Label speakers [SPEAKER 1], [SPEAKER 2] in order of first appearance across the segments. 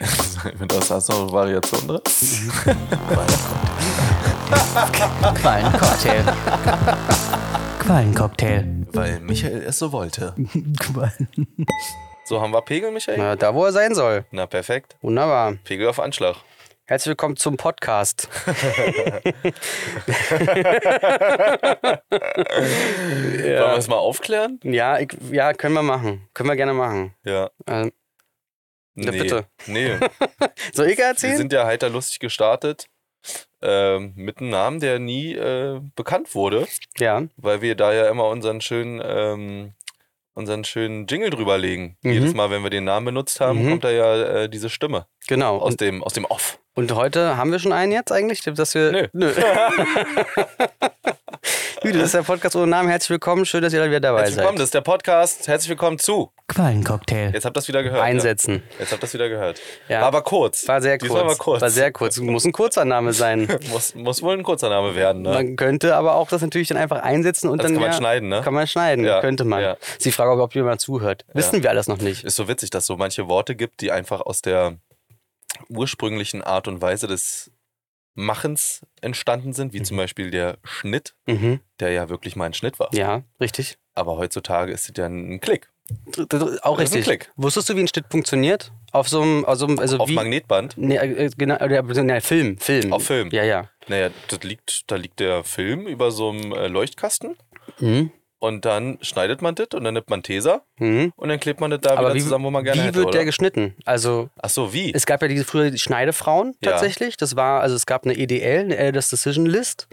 [SPEAKER 1] sein, wenn das hast du noch eine Variation drin.
[SPEAKER 2] Quallencocktail. Quallencocktail.
[SPEAKER 1] Weil Michael es so wollte.
[SPEAKER 2] Quallen.
[SPEAKER 1] So haben wir Pegel, Michael?
[SPEAKER 2] Na, da, wo er sein soll.
[SPEAKER 1] Na perfekt.
[SPEAKER 2] Wunderbar.
[SPEAKER 1] Pegel auf Anschlag.
[SPEAKER 2] Herzlich willkommen zum Podcast.
[SPEAKER 1] Wollen wir es mal aufklären?
[SPEAKER 2] Ja, ich, ja, können wir machen. Können wir gerne machen.
[SPEAKER 1] Ja.
[SPEAKER 2] Ähm, Na,
[SPEAKER 1] nee.
[SPEAKER 2] bitte.
[SPEAKER 1] Nee.
[SPEAKER 2] soll ich
[SPEAKER 1] Wir
[SPEAKER 2] erzählen?
[SPEAKER 1] sind ja heiter lustig gestartet. Ähm, mit einem Namen, der nie äh, bekannt wurde,
[SPEAKER 2] Ja.
[SPEAKER 1] weil wir da ja immer unseren schönen, ähm, unseren schönen Jingle drüber legen.
[SPEAKER 2] Mhm.
[SPEAKER 1] Jedes Mal, wenn wir den Namen benutzt haben,
[SPEAKER 2] Mhm.
[SPEAKER 1] kommt da ja äh, diese Stimme
[SPEAKER 2] Genau.
[SPEAKER 1] aus
[SPEAKER 2] Und,
[SPEAKER 1] dem, aus dem Off.
[SPEAKER 2] und heute haben wir schon einen jetzt eigentlich, dass wir.
[SPEAKER 1] Nö.
[SPEAKER 2] Nö. Gut, das ist der Podcast ohne Namen. Herzlich willkommen. Schön, dass ihr wieder dabei
[SPEAKER 1] Herzlich willkommen,
[SPEAKER 2] seid.
[SPEAKER 1] das ist der Podcast. Herzlich willkommen zu.
[SPEAKER 2] Quallencocktail.
[SPEAKER 1] Jetzt habt ihr das wieder gehört.
[SPEAKER 2] Einsetzen.
[SPEAKER 1] Ne? Jetzt habt ihr das wieder gehört.
[SPEAKER 2] Ja.
[SPEAKER 1] War aber kurz.
[SPEAKER 2] War sehr kurz.
[SPEAKER 1] Diesmal war kurz.
[SPEAKER 2] War sehr kurz. Muss ein kurzer Name sein.
[SPEAKER 1] muss, muss wohl ein kurzer Name werden. Ne?
[SPEAKER 2] Man könnte aber auch das natürlich dann einfach einsetzen und
[SPEAKER 1] Das
[SPEAKER 2] dann.
[SPEAKER 1] kann man
[SPEAKER 2] ja,
[SPEAKER 1] schneiden, ne?
[SPEAKER 2] Kann man schneiden,
[SPEAKER 1] Ja,
[SPEAKER 2] könnte man.
[SPEAKER 1] ja.
[SPEAKER 2] Ist die Frage, ob jemand zuhört. Wissen wir alles noch nicht.
[SPEAKER 1] Ist so witzig, dass es so manche Worte gibt, die einfach aus der ursprünglichen Art und Weise des Machens entstanden sind, wie zum Beispiel der Schnitt,
[SPEAKER 2] Mhm.
[SPEAKER 1] der ja wirklich mal ein Schnitt war.
[SPEAKER 2] Ja, richtig.
[SPEAKER 1] Aber heutzutage ist es ja ein Klick
[SPEAKER 2] D- d- Auch
[SPEAKER 1] Das ist ein
[SPEAKER 2] richtig.
[SPEAKER 1] Klick.
[SPEAKER 2] Wusstest du, wie ein Schnitt funktioniert? Auf so einem, also, also
[SPEAKER 1] auf
[SPEAKER 2] wie,
[SPEAKER 1] Magnetband.
[SPEAKER 2] Nee, äh, genau, oder, nein, Film, Film.
[SPEAKER 1] Auf Film.
[SPEAKER 2] Ja, ja.
[SPEAKER 1] Naja, das liegt, da liegt der Film über so einem äh, Leuchtkasten
[SPEAKER 2] Mhm.
[SPEAKER 1] und dann schneidet man das und dann nimmt man Teser
[SPEAKER 2] Mhm.
[SPEAKER 1] und dann klebt man das da
[SPEAKER 2] Aber
[SPEAKER 1] wieder
[SPEAKER 2] wie,
[SPEAKER 1] zusammen, wo man gerne
[SPEAKER 2] wie
[SPEAKER 1] hätte,
[SPEAKER 2] wird
[SPEAKER 1] oder?
[SPEAKER 2] der geschnitten? Also
[SPEAKER 1] Ach so, wie?
[SPEAKER 2] es gab ja diese früher die Schneidefrauen
[SPEAKER 1] Ja.
[SPEAKER 2] tatsächlich. Das war, also es gab eine EDL, eine Elders Decision List.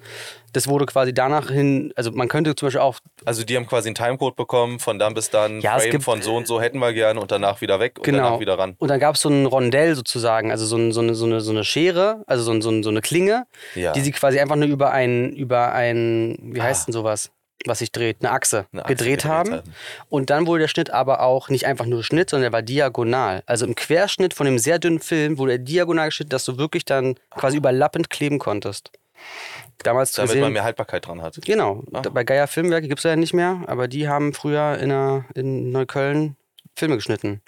[SPEAKER 2] Das wurde quasi danach hin, also man könnte zum Beispiel auch
[SPEAKER 1] Also die haben quasi einen Timecode bekommen, von dann bis dann,
[SPEAKER 2] Ja, es
[SPEAKER 1] Frame
[SPEAKER 2] gibt- Genau.
[SPEAKER 1] von so und so hätten wir gerne und danach wieder weg und danach wieder ran.
[SPEAKER 2] Und dann gab es so ein Rondell sozusagen, also so, ein, so, eine, so, eine, so eine Schere, also so, ein, so, ein, so eine Klinge,
[SPEAKER 1] Ja.
[SPEAKER 2] die sie quasi einfach nur über ein, über ein wie heißt
[SPEAKER 1] Ah.
[SPEAKER 2] denn sowas, was sich dreht, eine Achse,
[SPEAKER 1] Eine Achse
[SPEAKER 2] gedreht, haben. Und dann wurde der Schnitt aber auch nicht einfach nur Schnitt, sondern er war diagonal. Also im Querschnitt von dem sehr dünnen Film wurde er diagonal geschnitten, dass du wirklich dann quasi überlappend kleben konntest. Damals
[SPEAKER 1] Damit
[SPEAKER 2] gesehen,
[SPEAKER 1] man mehr Haltbarkeit dran hat.
[SPEAKER 2] Genau.
[SPEAKER 1] Ah.
[SPEAKER 2] Bei Geier Filmwerke gibt es ja nicht mehr, aber die haben früher in, einer, in Neukölln Filme geschnitten.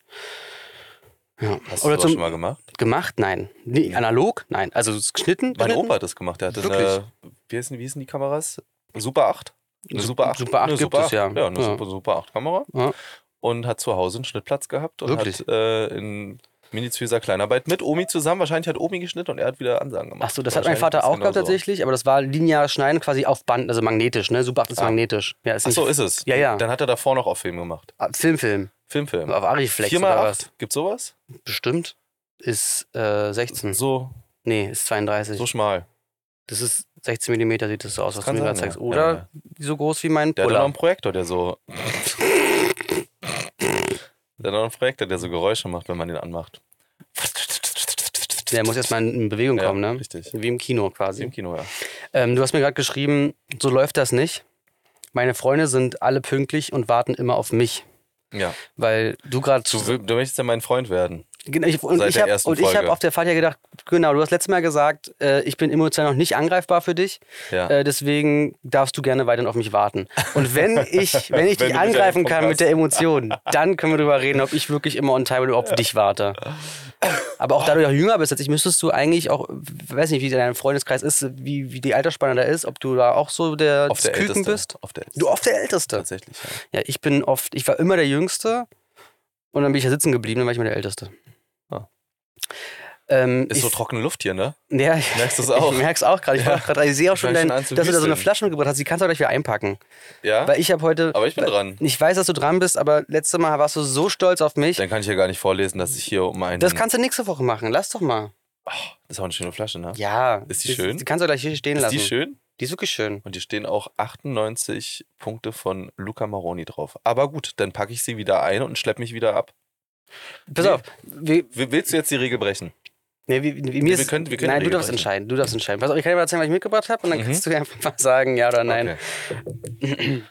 [SPEAKER 2] Ja.
[SPEAKER 1] Hast du
[SPEAKER 2] Oder
[SPEAKER 1] das auch
[SPEAKER 2] zum,
[SPEAKER 1] schon mal gemacht?
[SPEAKER 2] gemacht? Nein. Nee, analog? Nein. Also es ist geschnitten?
[SPEAKER 1] Mein
[SPEAKER 2] geschnitten?
[SPEAKER 1] Opa hat das gemacht. Der hatte
[SPEAKER 2] Wirklich?
[SPEAKER 1] eine, wie heißen, wie heißen die Kameras? Super 8? Eine
[SPEAKER 2] Sup-
[SPEAKER 1] Super 8,
[SPEAKER 2] Super 8
[SPEAKER 1] eine
[SPEAKER 2] gibt
[SPEAKER 1] Super
[SPEAKER 2] es,
[SPEAKER 1] 8.
[SPEAKER 2] ja.
[SPEAKER 1] Ja, eine
[SPEAKER 2] Ja.
[SPEAKER 1] Super, Super 8 Kamera.
[SPEAKER 2] Ja.
[SPEAKER 1] Und hat zu Hause einen Schnittplatz gehabt und
[SPEAKER 2] Wirklich?
[SPEAKER 1] hat äh, in minizöser Kleinarbeit mit Omi zusammen. Wahrscheinlich hat Omi geschnitten und er hat wieder Ansagen gemacht.
[SPEAKER 2] Ach so, das hat mein
[SPEAKER 1] Wahrscheinlich
[SPEAKER 2] Vater
[SPEAKER 1] ist
[SPEAKER 2] auch
[SPEAKER 1] genau
[SPEAKER 2] gehabt tatsächlich, aber das war linear schneiden quasi auf Band, also magnetisch, ne? Super 8 ist
[SPEAKER 1] Ah.
[SPEAKER 2] magnetisch. Ja, ist
[SPEAKER 1] So. Ach
[SPEAKER 2] nicht
[SPEAKER 1] so, ist es.
[SPEAKER 2] Ja, ja.
[SPEAKER 1] Dann hat er davor noch auf Film gemacht.
[SPEAKER 2] Ah, Film, Film.
[SPEAKER 1] Filmfilm.
[SPEAKER 2] Auf Ariflex
[SPEAKER 1] Viermal
[SPEAKER 2] oder
[SPEAKER 1] acht? Gibt's sowas?
[SPEAKER 2] was? Bestimmt. Ist äh, 16.
[SPEAKER 1] So,
[SPEAKER 2] Nee, ist 32.
[SPEAKER 1] so schmal.
[SPEAKER 2] das ist 16 mm sieht das so aus, was du
[SPEAKER 1] kann
[SPEAKER 2] mir gerade
[SPEAKER 1] sein, ja.
[SPEAKER 2] zeigst. Oder
[SPEAKER 1] Ja, ja.
[SPEAKER 2] so groß wie mein
[SPEAKER 1] Der hat auch noch einen
[SPEAKER 2] Puller.
[SPEAKER 1] Projektor, der so. der hat auch noch einen Projektor, der so Geräusche macht, wenn man den anmacht.
[SPEAKER 2] Der muss erstmal in Bewegung
[SPEAKER 1] Ja,
[SPEAKER 2] kommen, ne?
[SPEAKER 1] Richtig.
[SPEAKER 2] Wie im Kino
[SPEAKER 1] Wie
[SPEAKER 2] quasi.
[SPEAKER 1] Im Kino, ja.
[SPEAKER 2] Ähm, du hast mir gerade geschrieben, so läuft das nicht. Meine Freunde sind alle pünktlich und warten immer auf mich.
[SPEAKER 1] ja.
[SPEAKER 2] Weil du gerade
[SPEAKER 1] Du, will- du möchtest ja mein Freund werden.
[SPEAKER 2] Genau, ich, und
[SPEAKER 1] Seit
[SPEAKER 2] ich
[SPEAKER 1] der
[SPEAKER 2] habe
[SPEAKER 1] ersten
[SPEAKER 2] hab
[SPEAKER 1] Folge.
[SPEAKER 2] auf der Fahrt ja gedacht, genau, du hast letztes Mal gesagt, äh, ich bin emotional noch nicht angreifbar für dich,
[SPEAKER 1] Ja.
[SPEAKER 2] äh, deswegen darfst du gerne weiterhin auf mich warten. Und wenn ich, wenn ich
[SPEAKER 1] Wenn
[SPEAKER 2] dich
[SPEAKER 1] du mit der
[SPEAKER 2] angreifen
[SPEAKER 1] Impfung
[SPEAKER 2] kann
[SPEAKER 1] hast.
[SPEAKER 2] mit der Emotion, dann können wir darüber reden, ob ich wirklich immer on time oder auf dich warte. Aber auch da du ja jünger bist, als ich müsstest du eigentlich auch, weiß nicht, wie dein Freundeskreis ist, wie, wie die Altersspanne da ist, ob du da auch so der,
[SPEAKER 1] auf der
[SPEAKER 2] Küken
[SPEAKER 1] Älteste.
[SPEAKER 2] bist.
[SPEAKER 1] Auf der Älteste.
[SPEAKER 2] Du oft der Älteste.
[SPEAKER 1] Tatsächlich. Ja.
[SPEAKER 2] Ja, ich bin oft, ich war immer der Jüngste und dann bin ich da sitzen geblieben, dann war ich immer der Älteste.
[SPEAKER 1] Ah.
[SPEAKER 2] Ähm,
[SPEAKER 1] Ist
[SPEAKER 2] ich,
[SPEAKER 1] so trockene Luft hier, ne?
[SPEAKER 2] ja, ich-
[SPEAKER 1] Merkst du's auch?
[SPEAKER 2] Ich merk's auch gerade. Ich, war grad- ich sehe auch
[SPEAKER 1] Ich
[SPEAKER 2] schon,
[SPEAKER 1] fang schon
[SPEAKER 2] dein,
[SPEAKER 1] an
[SPEAKER 2] dass
[SPEAKER 1] zu
[SPEAKER 2] du da so eine
[SPEAKER 1] hüsteln.
[SPEAKER 2] Flasche mitgebracht hast. Die kannst du gleich wieder einpacken.
[SPEAKER 1] Ja.
[SPEAKER 2] Weil ich habe heute.
[SPEAKER 1] Aber ich bin
[SPEAKER 2] weil-
[SPEAKER 1] dran.
[SPEAKER 2] Ich weiß, dass du dran bist, aber letztes Mal warst du so stolz auf mich.
[SPEAKER 1] Dann kann ich ja gar nicht vorlesen, dass ich hier um einen. Ah,
[SPEAKER 2] Das kannst du nächste Woche machen. Lass doch mal.
[SPEAKER 1] das ist auch eine schöne Flasche, ne?
[SPEAKER 2] Ja.
[SPEAKER 1] Ist die schön?
[SPEAKER 2] Die kannst du gleich hier stehen
[SPEAKER 1] Ist
[SPEAKER 2] lassen.
[SPEAKER 1] die schön?
[SPEAKER 2] Die ist wirklich schön.
[SPEAKER 1] Und hier stehen auch 98 Punkte von Luca Maroni drauf. Aber gut, dann packe ich sie wieder ein und schlepp mich wieder ab.
[SPEAKER 2] Pass
[SPEAKER 1] Nee.
[SPEAKER 2] auf. Wir,
[SPEAKER 1] Will- Willst du jetzt die Regel brechen?
[SPEAKER 2] nee, wir, wir, mir
[SPEAKER 1] wir
[SPEAKER 2] ist,
[SPEAKER 1] können- wir können Mhm.
[SPEAKER 2] nein,
[SPEAKER 1] die
[SPEAKER 2] du darfst
[SPEAKER 1] Regeln.
[SPEAKER 2] entscheiden. Du darfst entscheiden. Pass auf, ich kann dir mal erzählen, was ich mitgebracht habe und dann kannst du dir einfach mal sagen, ja oder nein.
[SPEAKER 1] Okay.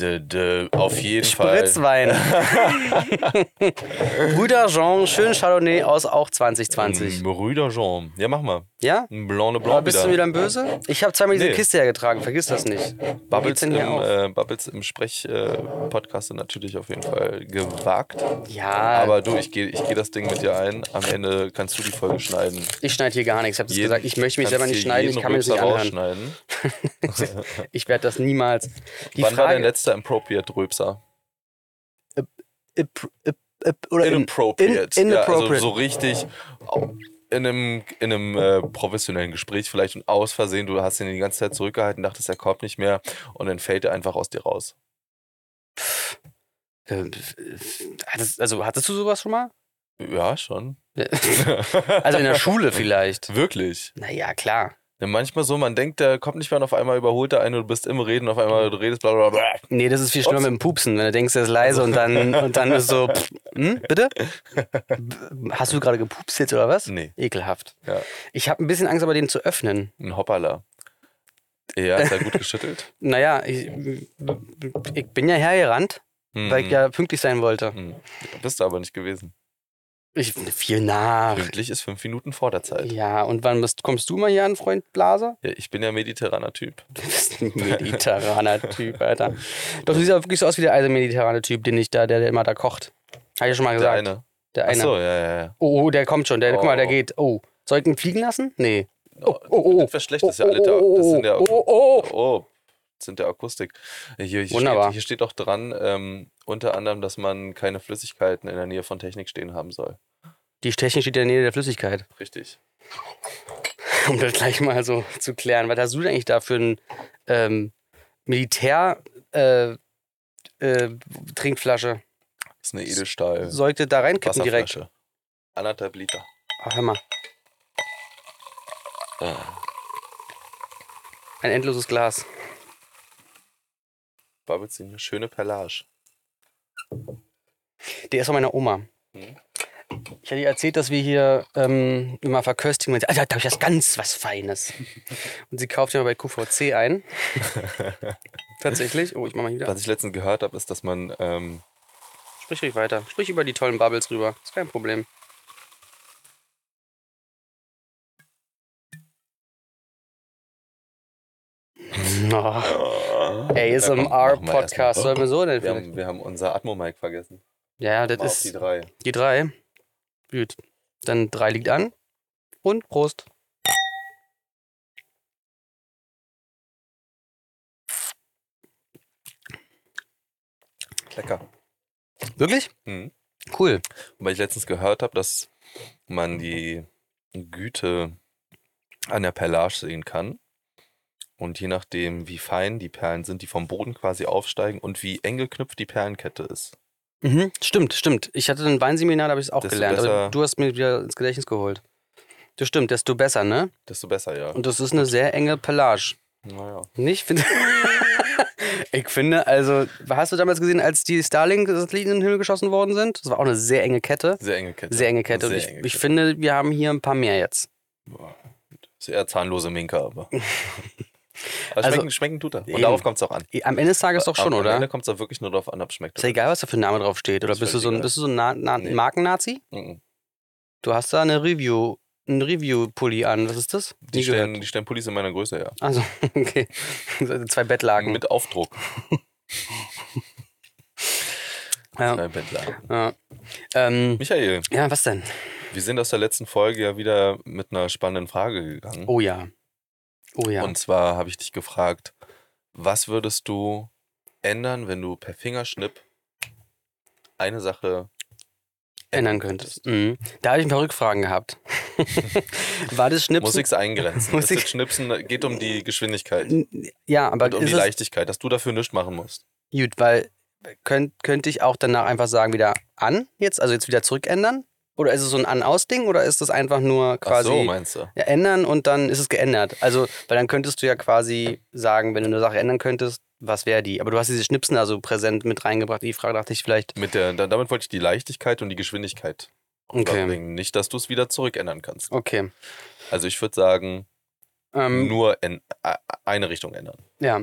[SPEAKER 1] D -d auf jeden Fall.
[SPEAKER 2] Spritzwein. Brüder Jean, schön Chardonnay aus auch
[SPEAKER 1] Mm.
[SPEAKER 2] 2020.
[SPEAKER 1] Ein Brüder Jean. Ja, mach mal.
[SPEAKER 2] Ja?
[SPEAKER 1] Ein Blanc de Blanc
[SPEAKER 2] Aber bist du wieder ein Böse? Ich habe zweimal diese
[SPEAKER 1] Nee.
[SPEAKER 2] Kiste hergetragen, vergiss das nicht. Wie geht's
[SPEAKER 1] Bubbles
[SPEAKER 2] denn
[SPEAKER 1] im,
[SPEAKER 2] hier auf?
[SPEAKER 1] äh, Bubbles im Sprech-Podcast äh, Podcast sind natürlich auf jeden Fall gewagt.
[SPEAKER 2] Ja,
[SPEAKER 1] äh, Aber du, ich gehe ich geh das Ding mit dir ein. Am Ende kannst du die Folge schneiden.
[SPEAKER 2] ich schneide hier gar nichts. Ich habe das
[SPEAKER 1] Jeden-
[SPEAKER 2] gesagt, ich möchte
[SPEAKER 1] kannst
[SPEAKER 2] mich selber nicht
[SPEAKER 1] dir
[SPEAKER 2] schneiden, ich
[SPEAKER 1] jeden
[SPEAKER 2] kann mir das nicht
[SPEAKER 1] Rülpser
[SPEAKER 2] anhören.
[SPEAKER 1] rausschneiden.
[SPEAKER 2] Ich werde das niemals.
[SPEAKER 1] Wann
[SPEAKER 2] Die
[SPEAKER 1] war dein
[SPEAKER 2] Frage,
[SPEAKER 1] letzter Appropriate Röpser?
[SPEAKER 2] Ip- ip- ip- oder im-
[SPEAKER 1] Inappropriate.
[SPEAKER 2] in-
[SPEAKER 1] Ja,
[SPEAKER 2] inappropriate.
[SPEAKER 1] also so richtig au- in einem, in einem äh, professionellen Gespräch vielleicht und aus Versehen, du hast ihn die ganze Zeit zurückgehalten, dachtest, er kommt nicht mehr und dann fällt er einfach aus dir raus.
[SPEAKER 2] Ähm, äh, hattest- also hattest du sowas schon mal?
[SPEAKER 1] Ja, schon.
[SPEAKER 2] Also in der Schule vielleicht.
[SPEAKER 1] Wirklich.
[SPEAKER 2] Naja, klar.
[SPEAKER 1] Ja, manchmal so, man denkt, der kommt nicht mehr und auf einmal überholt er einen und du bist im Reden, auf einmal du redest, bla bla bla.
[SPEAKER 2] Nee, das ist viel schlimmer
[SPEAKER 1] Ups.
[SPEAKER 2] mit dem Pupsen, wenn du denkst, der ist leise und dann, und dann ist so, pff, hm, bitte? B- Hast du gerade gepupst jetzt oder was?
[SPEAKER 1] Nee,
[SPEAKER 2] Ekelhaft.
[SPEAKER 1] Hm. Ja.
[SPEAKER 2] Ich habe ein bisschen Angst, aber den zu öffnen.
[SPEAKER 1] ein Hoppala. Ja, ist ja gut geschüttelt.
[SPEAKER 2] Naja, ich, ich bin ja hergerannt,
[SPEAKER 1] Hm.
[SPEAKER 2] weil ich ja pünktlich sein wollte.
[SPEAKER 1] Hm. Bist du aber nicht gewesen.
[SPEAKER 2] Ich viel nach.
[SPEAKER 1] Pünktlich ist fünf Minuten vor der Zeit.
[SPEAKER 2] Ja, und wann bist, kommst du mal hier an, Freund Blaser?
[SPEAKER 1] Ja, ich bin ja mediterraner Typ.
[SPEAKER 2] Du bist ein mediterraner Typ, Alter. Doch, du siehst aber wirklich so aus wie der alte mediterrane Typ, den ich da, der, der immer da kocht. Habe ich ja schon mal
[SPEAKER 1] Der
[SPEAKER 2] gesagt.
[SPEAKER 1] eine.
[SPEAKER 2] Der
[SPEAKER 1] Ach
[SPEAKER 2] eine.
[SPEAKER 1] so, ja, ja, ja.
[SPEAKER 2] Oh, oh, der kommt schon. Der, Guck mal, der
[SPEAKER 1] Oh.
[SPEAKER 2] geht. Oh. Soll ich ihn fliegen lassen? Nee. Oh, oh, oh.
[SPEAKER 1] Das wäre schlecht,
[SPEAKER 2] oh,
[SPEAKER 1] das ist ja alle da.
[SPEAKER 2] oh,
[SPEAKER 1] Das sind ja
[SPEAKER 2] oh, oh, oh, oh.
[SPEAKER 1] Oh, das sind der Akustik. Hier, hier,
[SPEAKER 2] Wunderbar.
[SPEAKER 1] Steht, hier steht auch dran, ähm, unter anderem, dass man keine Flüssigkeiten in der Nähe von Technik stehen haben soll.
[SPEAKER 2] Die Technik steht in der Nähe der Flüssigkeit.
[SPEAKER 1] Richtig.
[SPEAKER 2] Um das gleich mal so zu klären. Was hast du denn eigentlich da für ein ähm, Militär äh, äh, Trinkflasche?
[SPEAKER 1] Das ist eine Edelstahl.
[SPEAKER 2] Sollte da reinkippen direkt.
[SPEAKER 1] Wasserflasche. Anderthalb Liter.
[SPEAKER 2] Ach, hör mal. Ein endloses Glas.
[SPEAKER 1] Bubbles sind eine schöne Perlage.
[SPEAKER 2] Der ist von meiner Oma.
[SPEAKER 1] Mhm.
[SPEAKER 2] Ich hatte ihr erzählt, dass wir hier ähm, immer verköstigen. Und sie, Alter, da habe ich das ganz was Feines. Und sie kauft immer bei QVC ein. Tatsächlich. Oh, ich mache mal hier wieder.
[SPEAKER 1] Was ich letztens gehört habe, ist, dass man ähm,
[SPEAKER 2] Sprich ruhig weiter. Sprich über die tollen Bubbles rüber. Ist kein Problem. Oh, ey, ist
[SPEAKER 1] Ja,
[SPEAKER 2] im
[SPEAKER 1] komm, machen wir erst
[SPEAKER 2] R-Podcast.
[SPEAKER 1] mal.
[SPEAKER 2] Sollen wir so denn?
[SPEAKER 1] wir,
[SPEAKER 2] vielleicht?
[SPEAKER 1] haben, wir haben unser Atmo-Mic vergessen.
[SPEAKER 2] Ja, ja, das
[SPEAKER 1] Mal auf die
[SPEAKER 2] ist
[SPEAKER 1] drei.
[SPEAKER 2] die drei. Gut. Dann drei liegt an. Und Prost.
[SPEAKER 1] Lecker.
[SPEAKER 2] Wirklich?
[SPEAKER 1] Mhm.
[SPEAKER 2] Cool.
[SPEAKER 1] Weil ich letztens gehört habe, dass man die Güte an der Perlage sehen kann. Und je nachdem, wie fein die Perlen sind, die vom Boden quasi aufsteigen und wie eng geknüpft die Perlenkette ist.
[SPEAKER 2] Mhm, stimmt, stimmt. Ich hatte ein Weinseminar, da habe ich es auch
[SPEAKER 1] Desto
[SPEAKER 2] gelernt.
[SPEAKER 1] besser-
[SPEAKER 2] Aber du hast mir wieder ins Gedächtnis geholt. Das stimmt, desto besser, ne?
[SPEAKER 1] Desto besser, ja.
[SPEAKER 2] Und das ist eine sehr enge Pelage.
[SPEAKER 1] Naja.
[SPEAKER 2] Nicht? Find- ich finde, also, hast du damals gesehen, als die Starlink-Satelliten in den Himmel geschossen worden sind? Das war auch eine sehr enge Kette.
[SPEAKER 1] Sehr enge Kette.
[SPEAKER 2] Sehr enge Kette.
[SPEAKER 1] Sehr
[SPEAKER 2] Und ich,
[SPEAKER 1] enge
[SPEAKER 2] ich
[SPEAKER 1] Kette.
[SPEAKER 2] finde, wir haben hier ein paar mehr jetzt.
[SPEAKER 1] Ist eher zahnlose Minke, aber. aber
[SPEAKER 2] Also-
[SPEAKER 1] schmecken, schmecken tut er. Und
[SPEAKER 2] Eben.
[SPEAKER 1] darauf kommt es auch an.
[SPEAKER 2] Am Ende des Tages doch schon,
[SPEAKER 1] Am- Am
[SPEAKER 2] oder?
[SPEAKER 1] Ende kommt es auch wirklich nur darauf an, ob es schmeckt.
[SPEAKER 2] Ist ja egal, was da für ein Name drauf steht. Oder
[SPEAKER 1] Ist
[SPEAKER 2] bist du so ein,
[SPEAKER 1] völlig
[SPEAKER 2] bist du so ein Na Na
[SPEAKER 1] Nee.
[SPEAKER 2] Marken-Nazi?
[SPEAKER 1] Mhm.
[SPEAKER 2] Du hast da eine Review, einen Review-Pulli an. Was ist das?
[SPEAKER 1] Die, stellen, die stellen Pullis in meiner Größe, ja.
[SPEAKER 2] Also, okay. Zwei Bettlaken.
[SPEAKER 1] Mit Aufdruck.
[SPEAKER 2] ja,
[SPEAKER 1] Nein, Bettler.
[SPEAKER 2] ja. Ähm,
[SPEAKER 1] Michael,
[SPEAKER 2] ja, was denn?
[SPEAKER 1] Wir sind aus der letzten Folge ja wieder mit einer spannenden Frage gegangen.
[SPEAKER 2] Oh ja. Oh ja.
[SPEAKER 1] Und zwar habe ich dich gefragt, was würdest du ändern, wenn du per Fingerschnipp eine Sache
[SPEAKER 2] ändern könntest. Mhm. Da habe ich ein paar Rückfragen gehabt. War das Schnipsen?
[SPEAKER 1] Muss ich es eingrenzen?
[SPEAKER 2] Muss
[SPEAKER 1] Muss das
[SPEAKER 2] ich's-
[SPEAKER 1] Schnipsen geht um die Geschwindigkeit
[SPEAKER 2] N- Ja, aber
[SPEAKER 1] und um
[SPEAKER 2] ist
[SPEAKER 1] die
[SPEAKER 2] es
[SPEAKER 1] Leichtigkeit, dass du dafür nichts machen musst.
[SPEAKER 2] gut, weil könnt, könnte ich auch danach einfach sagen, wieder an jetzt, also jetzt wieder zurückändern? Oder ist es so ein An-Aus-Ding oder ist das einfach nur
[SPEAKER 1] Ach
[SPEAKER 2] quasi
[SPEAKER 1] so, meinst du?
[SPEAKER 2] ja, ändern und dann ist es geändert? Also, weil dann könntest du ja quasi sagen, wenn du eine Sache ändern könntest, was wäre die? Aber du hast diese Schnipsen also präsent mit reingebracht. Die Frage dachte ich vielleicht,
[SPEAKER 1] Mit der, da- damit wollte ich die Leichtigkeit und die Geschwindigkeit
[SPEAKER 2] okay.
[SPEAKER 1] bringen. Nicht, dass du es wieder zurückändern kannst.
[SPEAKER 2] Okay.
[SPEAKER 1] Also ich würde sagen,
[SPEAKER 2] Ähm,
[SPEAKER 1] nur in a- eine Richtung ändern.
[SPEAKER 2] ja.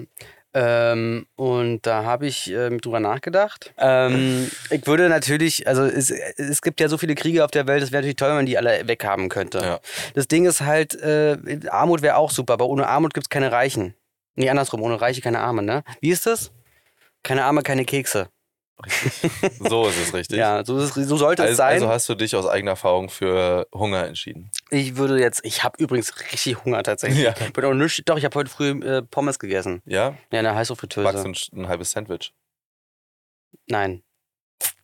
[SPEAKER 2] Ähm, und da habe ich ähm, drüber nachgedacht. Ähm, ich würde natürlich, also es, es gibt ja so viele Kriege auf der Welt, es wäre natürlich toll, wenn man die alle weghaben könnte.
[SPEAKER 1] Ja.
[SPEAKER 2] Das Ding ist halt, äh, Armut wäre auch super, aber ohne Armut gibt es keine Reichen. Nee, andersrum, ohne Reiche keine Arme, ne? Wie ist das? Keine Arme, keine Kekse.
[SPEAKER 1] So ist es richtig.
[SPEAKER 2] Ja, so, ist, es- so sollte es
[SPEAKER 1] also,
[SPEAKER 2] sein.
[SPEAKER 1] also hast du dich aus eigener Erfahrung für Hunger entschieden.
[SPEAKER 2] ich würde jetzt, ich habe übrigens richtig Hunger tatsächlich.
[SPEAKER 1] Ja.
[SPEAKER 2] Bin auch nicht, doch, ich habe heute früh äh, Pommes gegessen.
[SPEAKER 1] Ja?
[SPEAKER 2] Ja, eine heiße
[SPEAKER 1] Magst du
[SPEAKER 2] Fritteuse.
[SPEAKER 1] ein, ein halbes Sandwich?
[SPEAKER 2] Nein.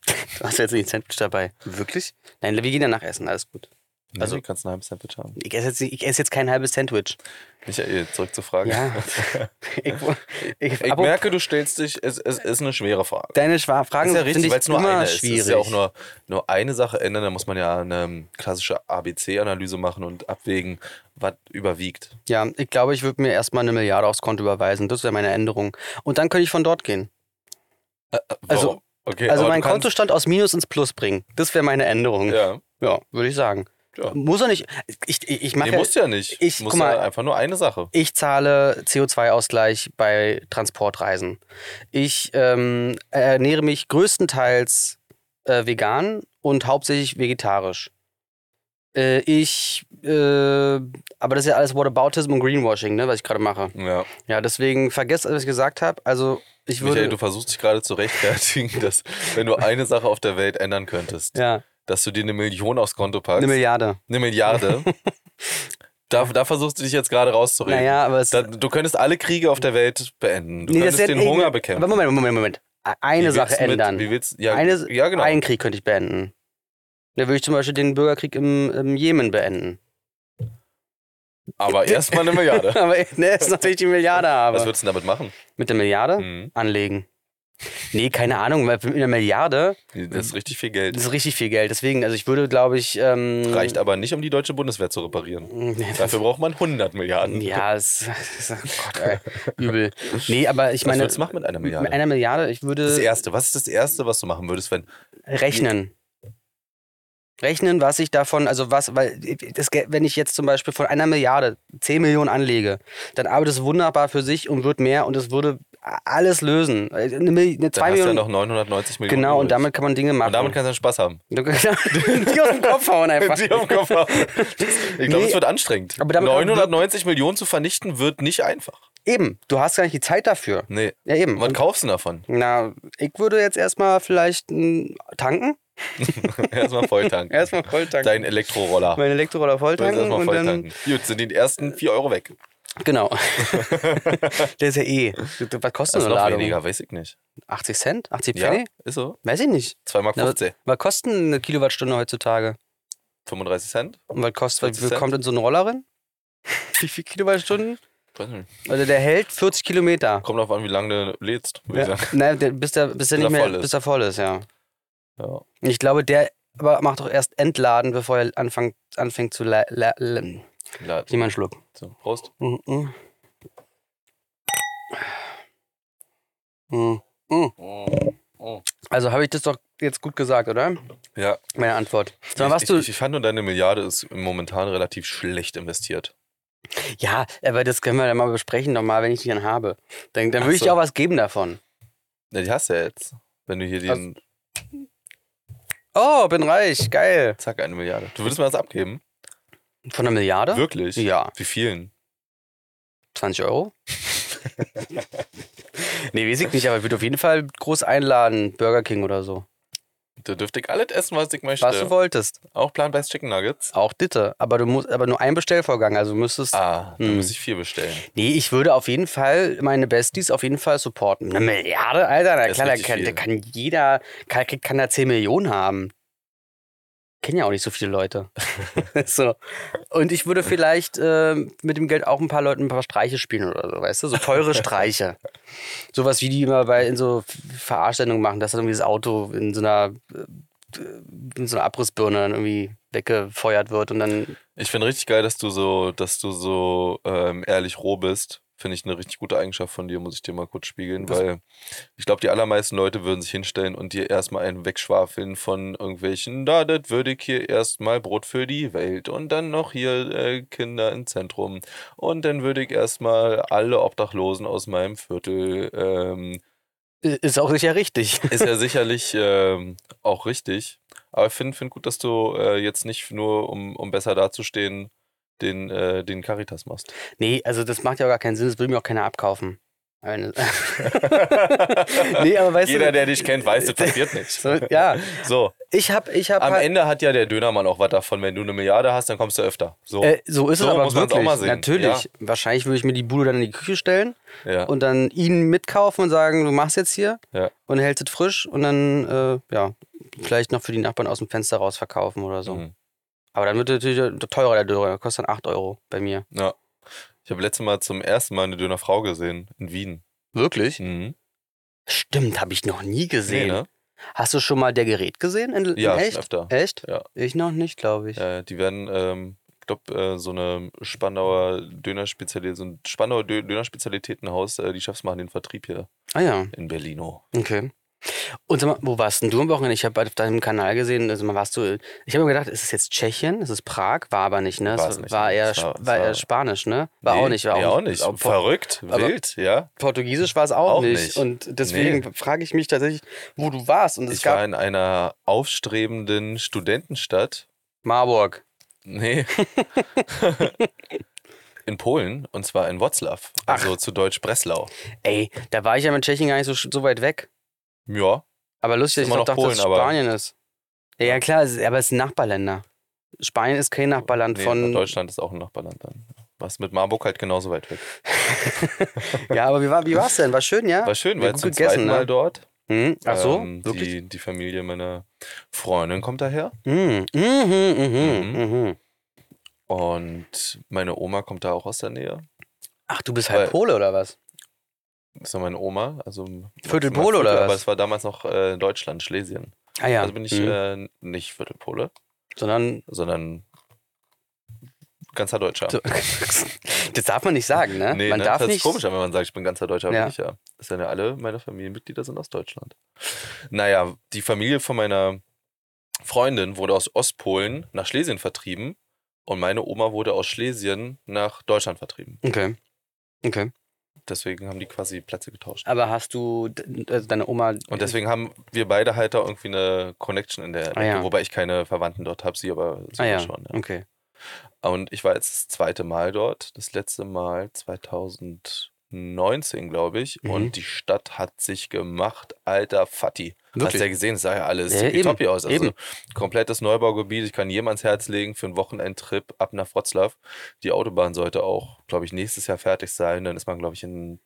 [SPEAKER 2] Du hast jetzt nicht Sandwich dabei. Wirklich? Nein, wir gehen danach essen, alles gut.
[SPEAKER 1] Nee,
[SPEAKER 2] Also-
[SPEAKER 1] du kannst ein halbes Sandwich haben.
[SPEAKER 2] Ich esse jetzt, ich esse jetzt kein halbes Sandwich.
[SPEAKER 1] Michael, zurück zur Frage.
[SPEAKER 2] Ja. ich, ich,
[SPEAKER 1] Ich
[SPEAKER 2] aber
[SPEAKER 1] merke, du stellst dich, es, es ist eine schwere Frage.
[SPEAKER 2] deine Schwa Fragen
[SPEAKER 1] ist ja
[SPEAKER 2] sind
[SPEAKER 1] richtig, weil es nur
[SPEAKER 2] immer
[SPEAKER 1] eine ist. Es
[SPEAKER 2] schwierig.
[SPEAKER 1] ist ja auch nur, nur eine Sache ändern, da muss man ja eine ähm, klassische ABC-Analyse machen und abwägen, was überwiegt.
[SPEAKER 2] Ja, ich glaube, ich würde mir erstmal eine Milliarde aufs Konto überweisen. Das wäre meine Änderung. Und dann könnte ich von dort gehen. Also-
[SPEAKER 1] Warum? okay,
[SPEAKER 2] also
[SPEAKER 1] aber
[SPEAKER 2] meinen
[SPEAKER 1] du kannst-
[SPEAKER 2] Kontostand aus Minus ins Plus bringen. Das wäre meine Änderung. Ja,
[SPEAKER 1] Ja,
[SPEAKER 2] würde ich sagen.
[SPEAKER 1] Ja.
[SPEAKER 2] Muss er nicht. Ich, ich, ich, mache,
[SPEAKER 1] nee, musst ja nicht.
[SPEAKER 2] ich-
[SPEAKER 1] musst
[SPEAKER 2] guck mal.
[SPEAKER 1] ja einfach nur eine Sache.
[SPEAKER 2] ich zahle CO2-Ausgleich bei Transportreisen. Ich ähm, ernähre mich größtenteils äh, vegan und hauptsächlich vegetarisch. Äh, ich, äh, aber das ist ja alles Whataboutism und Greenwashing, ne, was ich gerade mache.
[SPEAKER 1] Ja.
[SPEAKER 2] Ja, deswegen vergesst, was ich gesagt habe. Also, ich würde.
[SPEAKER 1] Michael, du versuchst dich gerade zu rechtfertigen, dass wenn du eine Sache auf der Welt ändern könntest,
[SPEAKER 2] ja,
[SPEAKER 1] dass du dir eine Million aufs Konto packst,
[SPEAKER 2] eine Milliarde.
[SPEAKER 1] eine Milliarde, da, da versuchst du dich jetzt gerade rauszureden.
[SPEAKER 2] Naja, aber es.
[SPEAKER 1] Da, du könntest alle Kriege auf der Welt beenden. Du
[SPEAKER 2] Nee, das
[SPEAKER 1] könntest
[SPEAKER 2] ist
[SPEAKER 1] den
[SPEAKER 2] ja-
[SPEAKER 1] Hunger
[SPEAKER 2] aber
[SPEAKER 1] bekämpfen.
[SPEAKER 2] Moment, Moment, Moment.
[SPEAKER 1] Wie
[SPEAKER 2] Eine
[SPEAKER 1] willst
[SPEAKER 2] Sache
[SPEAKER 1] du mit-
[SPEAKER 2] ändern.
[SPEAKER 1] Wie willst, ja,
[SPEAKER 2] Eine-
[SPEAKER 1] ja, genau.
[SPEAKER 2] Einen Krieg könnte ich beenden. Da würde ich zum Beispiel den Bürgerkrieg im, im Jemen beenden.
[SPEAKER 1] Aber erstmal eine Milliarde.
[SPEAKER 2] Aber ne, ist natürlich die Milliarde
[SPEAKER 1] Was
[SPEAKER 2] habe.
[SPEAKER 1] würdest du denn damit machen?
[SPEAKER 2] Mit der Milliarde
[SPEAKER 1] Mhm.
[SPEAKER 2] anlegen. Nee, keine Ahnung, weil mit einer Milliarde,
[SPEAKER 1] Das ist richtig viel
[SPEAKER 2] das
[SPEAKER 1] Geld.
[SPEAKER 2] ist richtig viel Geld. Deswegen, also ich würde, glaube ich. Ähm,
[SPEAKER 1] Reicht aber nicht, um die deutsche Bundeswehr zu reparieren. Dafür braucht man 100 Milliarden.
[SPEAKER 2] Ja, es ist oh Gott, ey, übel. Nee, aber ich
[SPEAKER 1] Was
[SPEAKER 2] meine.
[SPEAKER 1] würdest du machen mit einer Milliarde?
[SPEAKER 2] Mit einer Milliarde, ich
[SPEAKER 1] das
[SPEAKER 2] würde
[SPEAKER 1] erste. Was ist das erste, was du machen würdest, wenn
[SPEAKER 2] rechnen. Rechnen, was ich davon, also was, weil das, Geld- wenn ich jetzt zum Beispiel von einer Milliarde 10 Millionen anlege, dann arbeitet es wunderbar für sich und wird mehr und es würde a- alles lösen. Eine, Mil- eine
[SPEAKER 1] dann
[SPEAKER 2] 2
[SPEAKER 1] hast du ja
[SPEAKER 2] Millionen.
[SPEAKER 1] noch 990 Millionen?
[SPEAKER 2] genau, und
[SPEAKER 1] übrig.
[SPEAKER 2] damit kann man Dinge machen.
[SPEAKER 1] und damit kannst du dann Spaß haben.
[SPEAKER 2] Du- die aus dem Kopf hauen einfach.
[SPEAKER 1] Die auf den Kopf hauen. Ich glaube,
[SPEAKER 2] Nee,
[SPEAKER 1] es wird anstrengend.
[SPEAKER 2] aber damit-
[SPEAKER 1] 990 Millionen zu vernichten wird nicht einfach.
[SPEAKER 2] Eben, du hast gar nicht die Zeit dafür.
[SPEAKER 1] Nee.
[SPEAKER 2] Ja, eben.
[SPEAKER 1] Was
[SPEAKER 2] Hm, Und,
[SPEAKER 1] kaufst du davon?
[SPEAKER 2] na, ich würde jetzt erstmal vielleicht m, tanken.
[SPEAKER 1] Erstmal volltanken.
[SPEAKER 2] Erstmal voll tanken.
[SPEAKER 1] Dein Elektroroller.
[SPEAKER 2] Mein Elektroroller voll
[SPEAKER 1] Du willst
[SPEAKER 2] tanken und
[SPEAKER 1] erstmal
[SPEAKER 2] dann
[SPEAKER 1] volltanken. Gut, sind die ersten 4 Euro weg.
[SPEAKER 2] Genau. der ist ja eh. Was kostet
[SPEAKER 1] Das ist
[SPEAKER 2] so eine
[SPEAKER 1] noch
[SPEAKER 2] Ladung?
[SPEAKER 1] weniger, weiß ich nicht.
[SPEAKER 2] 80 Cent? 80
[SPEAKER 1] Ja,
[SPEAKER 2] Pfennig?
[SPEAKER 1] ist so.
[SPEAKER 2] Weiß ich nicht.
[SPEAKER 1] 2 Mark
[SPEAKER 2] Na,
[SPEAKER 1] 15.
[SPEAKER 2] was kostet denn eine Kilowattstunde heutzutage?
[SPEAKER 1] 35 Cent?
[SPEAKER 2] Und was kostet,
[SPEAKER 1] 40
[SPEAKER 2] was
[SPEAKER 1] Cent?
[SPEAKER 2] kommt denn so ein Rollerin? Wie viel Kilowattstunden?
[SPEAKER 1] Weiß nicht.
[SPEAKER 2] Also der hält 40 Kilometer.
[SPEAKER 1] Kommt drauf an, wie lange du lädst, würde ich
[SPEAKER 2] Ja.
[SPEAKER 1] sagen.
[SPEAKER 2] Nein, der, bis der, bis
[SPEAKER 1] Bis
[SPEAKER 2] der nicht
[SPEAKER 1] er
[SPEAKER 2] mehr,
[SPEAKER 1] voll ist.
[SPEAKER 2] bis er voll ist, ja.
[SPEAKER 1] Ja.
[SPEAKER 2] Ich glaube, der aber macht doch erst entladen, bevor er anfang, anfängt zu la, la, la,
[SPEAKER 1] Lad.
[SPEAKER 2] jemand schluck.
[SPEAKER 1] So, Prost.
[SPEAKER 2] Mm, mm. Mm, mm. Also habe ich das doch jetzt gut gesagt, oder?
[SPEAKER 1] Ja,
[SPEAKER 2] Meine Antwort. Sondern was
[SPEAKER 1] ich,
[SPEAKER 2] du,
[SPEAKER 1] ich, ich fand nur, deine Milliarde ist momentan relativ schlecht investiert.
[SPEAKER 2] ja, aber das können wir dann mal besprechen nochmal, wenn ich die dann habe. Dann, dann
[SPEAKER 1] Ach
[SPEAKER 2] würde ich
[SPEAKER 1] so.
[SPEAKER 2] dir auch was geben davon.
[SPEAKER 1] Na, die hast du ja jetzt. Wenn du hier
[SPEAKER 2] Also
[SPEAKER 1] den,
[SPEAKER 2] Oh, bin reich, geil.
[SPEAKER 1] zack, eine Milliarde. Du würdest mir das abgeben?
[SPEAKER 2] Von einer Milliarde?
[SPEAKER 1] Wirklich?
[SPEAKER 2] Ja,
[SPEAKER 1] Wie vielen?
[SPEAKER 2] 20 Euro. nee, weiß ich nicht, aber ich würde auf jeden Fall groß einladen, Burger King oder so.
[SPEAKER 1] Da dürfte ich alles essen, was ich möchte.
[SPEAKER 2] Was du wolltest.
[SPEAKER 1] Auch Plant-Based Chicken Nuggets?
[SPEAKER 2] Auch Ditte. Aber du musst, aber nur ein Bestellvorgang, also du müsstest.
[SPEAKER 1] Ah, dann
[SPEAKER 2] Hm.
[SPEAKER 1] muss ich vier bestellen.
[SPEAKER 2] Nee, ich würde auf jeden Fall meine Besties auf jeden Fall supporten. Eine Milliarde, Alter, na
[SPEAKER 1] ist
[SPEAKER 2] klar, da
[SPEAKER 1] richtig
[SPEAKER 2] kann, da
[SPEAKER 1] viel.
[SPEAKER 2] kann jeder, kann, kriegt- kann da 10 Millionen haben. Kennen ja auch nicht so viele Leute. so. Und ich würde vielleicht ähm, mit dem Geld auch ein paar Leuten ein paar Streiche spielen oder so, weißt du? So teure Streiche. Sowas wie die immer bei in so Verarschsendungen machen, dass dann irgendwie das Auto in so einer, äh, in so einer Abrissbirne dann irgendwie weggefeuert wird und dann
[SPEAKER 1] Ich finde richtig geil, dass du so, dass du so ähm, ehrlich roh bist Finde ich eine richtig gute Eigenschaft von dir, muss ich dir mal kurz spiegeln, weil ich glaube, die allermeisten Leute würden sich hinstellen und dir erstmal einen wegschwafeln von irgendwelchen, na, das würde ich hier erstmal Brot für die Welt und dann noch hier äh, Kinder im Zentrum und dann würde ich erstmal alle Obdachlosen aus meinem Viertel ähm,
[SPEAKER 2] Ist auch sicher richtig.
[SPEAKER 1] ist ja sicherlich ähm, auch richtig. Aber ich finde find gut, dass du äh, jetzt nicht nur, um, um besser dazustehen, den, äh, den Caritas machst.
[SPEAKER 2] Nee, also das macht ja auch gar keinen Sinn, das will mir auch keiner abkaufen. Eine- nee, aber weißt
[SPEAKER 1] Jeder,
[SPEAKER 2] du. äh,
[SPEAKER 1] der dich kennt, weiß, das passiert nicht.
[SPEAKER 2] so, ja,
[SPEAKER 1] So,
[SPEAKER 2] ich hab, ich hab.
[SPEAKER 1] am
[SPEAKER 2] halt-
[SPEAKER 1] Ende hat ja der Dönermann auch was davon. Wenn du eine Milliarde hast, dann kommst du öfter. So,
[SPEAKER 2] Äh, so ist
[SPEAKER 1] So
[SPEAKER 2] es aber
[SPEAKER 1] muss man's auch
[SPEAKER 2] wirklich.
[SPEAKER 1] mal sehen,
[SPEAKER 2] Natürlich.
[SPEAKER 1] ja.
[SPEAKER 2] Wahrscheinlich würde ich mir die Bude dann in die Küche stellen
[SPEAKER 1] ja.
[SPEAKER 2] und dann ihn mitkaufen und sagen, du machst jetzt hier
[SPEAKER 1] Ja.
[SPEAKER 2] und hältst es frisch und dann äh, ja vielleicht noch für die Nachbarn aus dem Fenster raus verkaufen oder so.
[SPEAKER 1] Mhm.
[SPEAKER 2] Aber dann wird natürlich äh, teurer der Döner, kostet dann 8 Euro bei mir.
[SPEAKER 1] Ich habe letztes Mal zum ersten Mal eine Dönerfrau gesehen in Wien.
[SPEAKER 2] Wirklich?
[SPEAKER 1] Mhm.
[SPEAKER 2] Stimmt, habe ich noch nie gesehen.
[SPEAKER 1] Nee, ne?
[SPEAKER 2] Hast du schon mal der Gerät gesehen? In, in
[SPEAKER 1] Ja,
[SPEAKER 2] echt?
[SPEAKER 1] schon öfter.
[SPEAKER 2] Echt?
[SPEAKER 1] Ja.
[SPEAKER 2] Ich noch nicht, glaube ich.
[SPEAKER 1] Äh, die werden, ähm, ich glaube, äh, so eine Spandauer Dönerspezialität, so ein Spandauer Dö- Dönerspezialitätenhaus, äh, die Chefs machen den Vertrieb hier
[SPEAKER 2] Ah ja,
[SPEAKER 1] in Berlino.
[SPEAKER 2] okay. Und sag mal, wo warst denn du am Wochenende? Ich habe auf deinem Kanal gesehen, also mal warst du. Ich habe mir gedacht, ist es jetzt Tschechien? Ist es Prag? War aber nicht, ne?
[SPEAKER 1] War
[SPEAKER 2] es
[SPEAKER 1] es nicht,
[SPEAKER 2] war,
[SPEAKER 1] ne?
[SPEAKER 2] eher,
[SPEAKER 1] Es war-
[SPEAKER 2] Sp-
[SPEAKER 1] es
[SPEAKER 2] war
[SPEAKER 1] war-
[SPEAKER 2] eher Spanisch, ne? War auch nicht. War
[SPEAKER 1] nee, auch nicht.
[SPEAKER 2] Auch Por-
[SPEAKER 1] Verrückt,
[SPEAKER 2] aber-
[SPEAKER 1] wild, ja.
[SPEAKER 2] Portugiesisch war es auch,
[SPEAKER 1] Auch
[SPEAKER 2] nicht.
[SPEAKER 1] nicht.
[SPEAKER 2] Und deswegen frage ich mich tatsächlich, wo du warst. Und es
[SPEAKER 1] ich
[SPEAKER 2] gab
[SPEAKER 1] war in einer aufstrebenden Studentenstadt.
[SPEAKER 2] Marburg.
[SPEAKER 1] Nee. in Polen und zwar in Wroclaw.
[SPEAKER 2] Ach.
[SPEAKER 1] Also zu Deutsch Breslau.
[SPEAKER 2] Ey, da war ich ja mit Tschechien gar nicht so, sch- so weit weg.
[SPEAKER 1] Ja,
[SPEAKER 2] Aber lustig,
[SPEAKER 1] Ist
[SPEAKER 2] ich
[SPEAKER 1] immer
[SPEAKER 2] noch
[SPEAKER 1] noch
[SPEAKER 2] dachte, dass es
[SPEAKER 1] Polen, aber-
[SPEAKER 2] Spanien ist. Ja, ja, klar, es ist, aber es sind Nachbarländer. Spanien ist kein Nachbarland
[SPEAKER 1] nee, aber
[SPEAKER 2] von.
[SPEAKER 1] Deutschland ist auch ein Nachbarland dann. Was mit Marburg halt genauso weit weg.
[SPEAKER 2] Ja, aber wie war wie war's denn? War schön, ja?
[SPEAKER 1] War schön,
[SPEAKER 2] Ja,
[SPEAKER 1] war
[SPEAKER 2] gut
[SPEAKER 1] jetzt zum
[SPEAKER 2] gegessen,
[SPEAKER 1] zweiten
[SPEAKER 2] ne?
[SPEAKER 1] Mal dort.
[SPEAKER 2] Hm? Ach so,
[SPEAKER 1] Ähm,
[SPEAKER 2] wirklich?
[SPEAKER 1] die, die Familie meiner Freundin kommt daher.
[SPEAKER 2] Mhm, mhm, mhm, mhm.
[SPEAKER 1] Und meine Oma kommt da auch aus der Nähe.
[SPEAKER 2] Ach, du bist halb
[SPEAKER 1] Weil-
[SPEAKER 2] Pole oder was?
[SPEAKER 1] Das ist ja meine Oma. Also
[SPEAKER 2] Viertelpole oder
[SPEAKER 1] Aber
[SPEAKER 2] was?
[SPEAKER 1] es war damals noch äh, Deutschland, Schlesien.
[SPEAKER 2] Ah ja.
[SPEAKER 1] Also bin ich
[SPEAKER 2] Mhm.
[SPEAKER 1] äh, nicht Viertelpole,
[SPEAKER 2] Sondern.
[SPEAKER 1] sondern ganzer Deutscher.
[SPEAKER 2] So, das darf man nicht sagen, ne?
[SPEAKER 1] Nee,
[SPEAKER 2] man
[SPEAKER 1] ne?
[SPEAKER 2] darf
[SPEAKER 1] das
[SPEAKER 2] nicht.
[SPEAKER 1] ist komisch, wenn man sagt, ich bin ganzer Deutscher,
[SPEAKER 2] Ja.
[SPEAKER 1] bin ich ja. Das sind ja alle meine Familienmitglieder sind aus Deutschland. Naja, die Familie von meiner Freundin wurde aus Ostpolen nach Schlesien vertrieben und meine Oma wurde aus Schlesien nach Deutschland vertrieben.
[SPEAKER 2] Okay. Okay.
[SPEAKER 1] Deswegen haben die quasi Plätze getauscht.
[SPEAKER 2] Aber hast du d- also deine Oma.
[SPEAKER 1] Und deswegen haben wir beide halt da irgendwie eine Connection in der
[SPEAKER 2] Ah, ja.
[SPEAKER 1] wobei ich keine Verwandten dort habe, sie aber sie
[SPEAKER 2] Ah ja.
[SPEAKER 1] schon. Ja. Ah,
[SPEAKER 2] Okay.
[SPEAKER 1] Und ich war jetzt das zweite Mal dort, das letzte Mal 2019, glaube ich.
[SPEAKER 2] Mhm.
[SPEAKER 1] Und die Stadt hat sich gemacht, alter Fatti. Hast
[SPEAKER 2] Wirklich?
[SPEAKER 1] ja gesehen, es sah ja alles
[SPEAKER 2] Ja,
[SPEAKER 1] ja,
[SPEAKER 2] eben,
[SPEAKER 1] tippitoppi aus. Also
[SPEAKER 2] eben.
[SPEAKER 1] komplettes Neubaugebiet. Ich kann jedem ans Herz legen für einen Wochenendtrip ab nach Wroclaw. Die Autobahn sollte auch, glaube ich, nächstes Jahr fertig sein. Dann ist man, glaube ich, in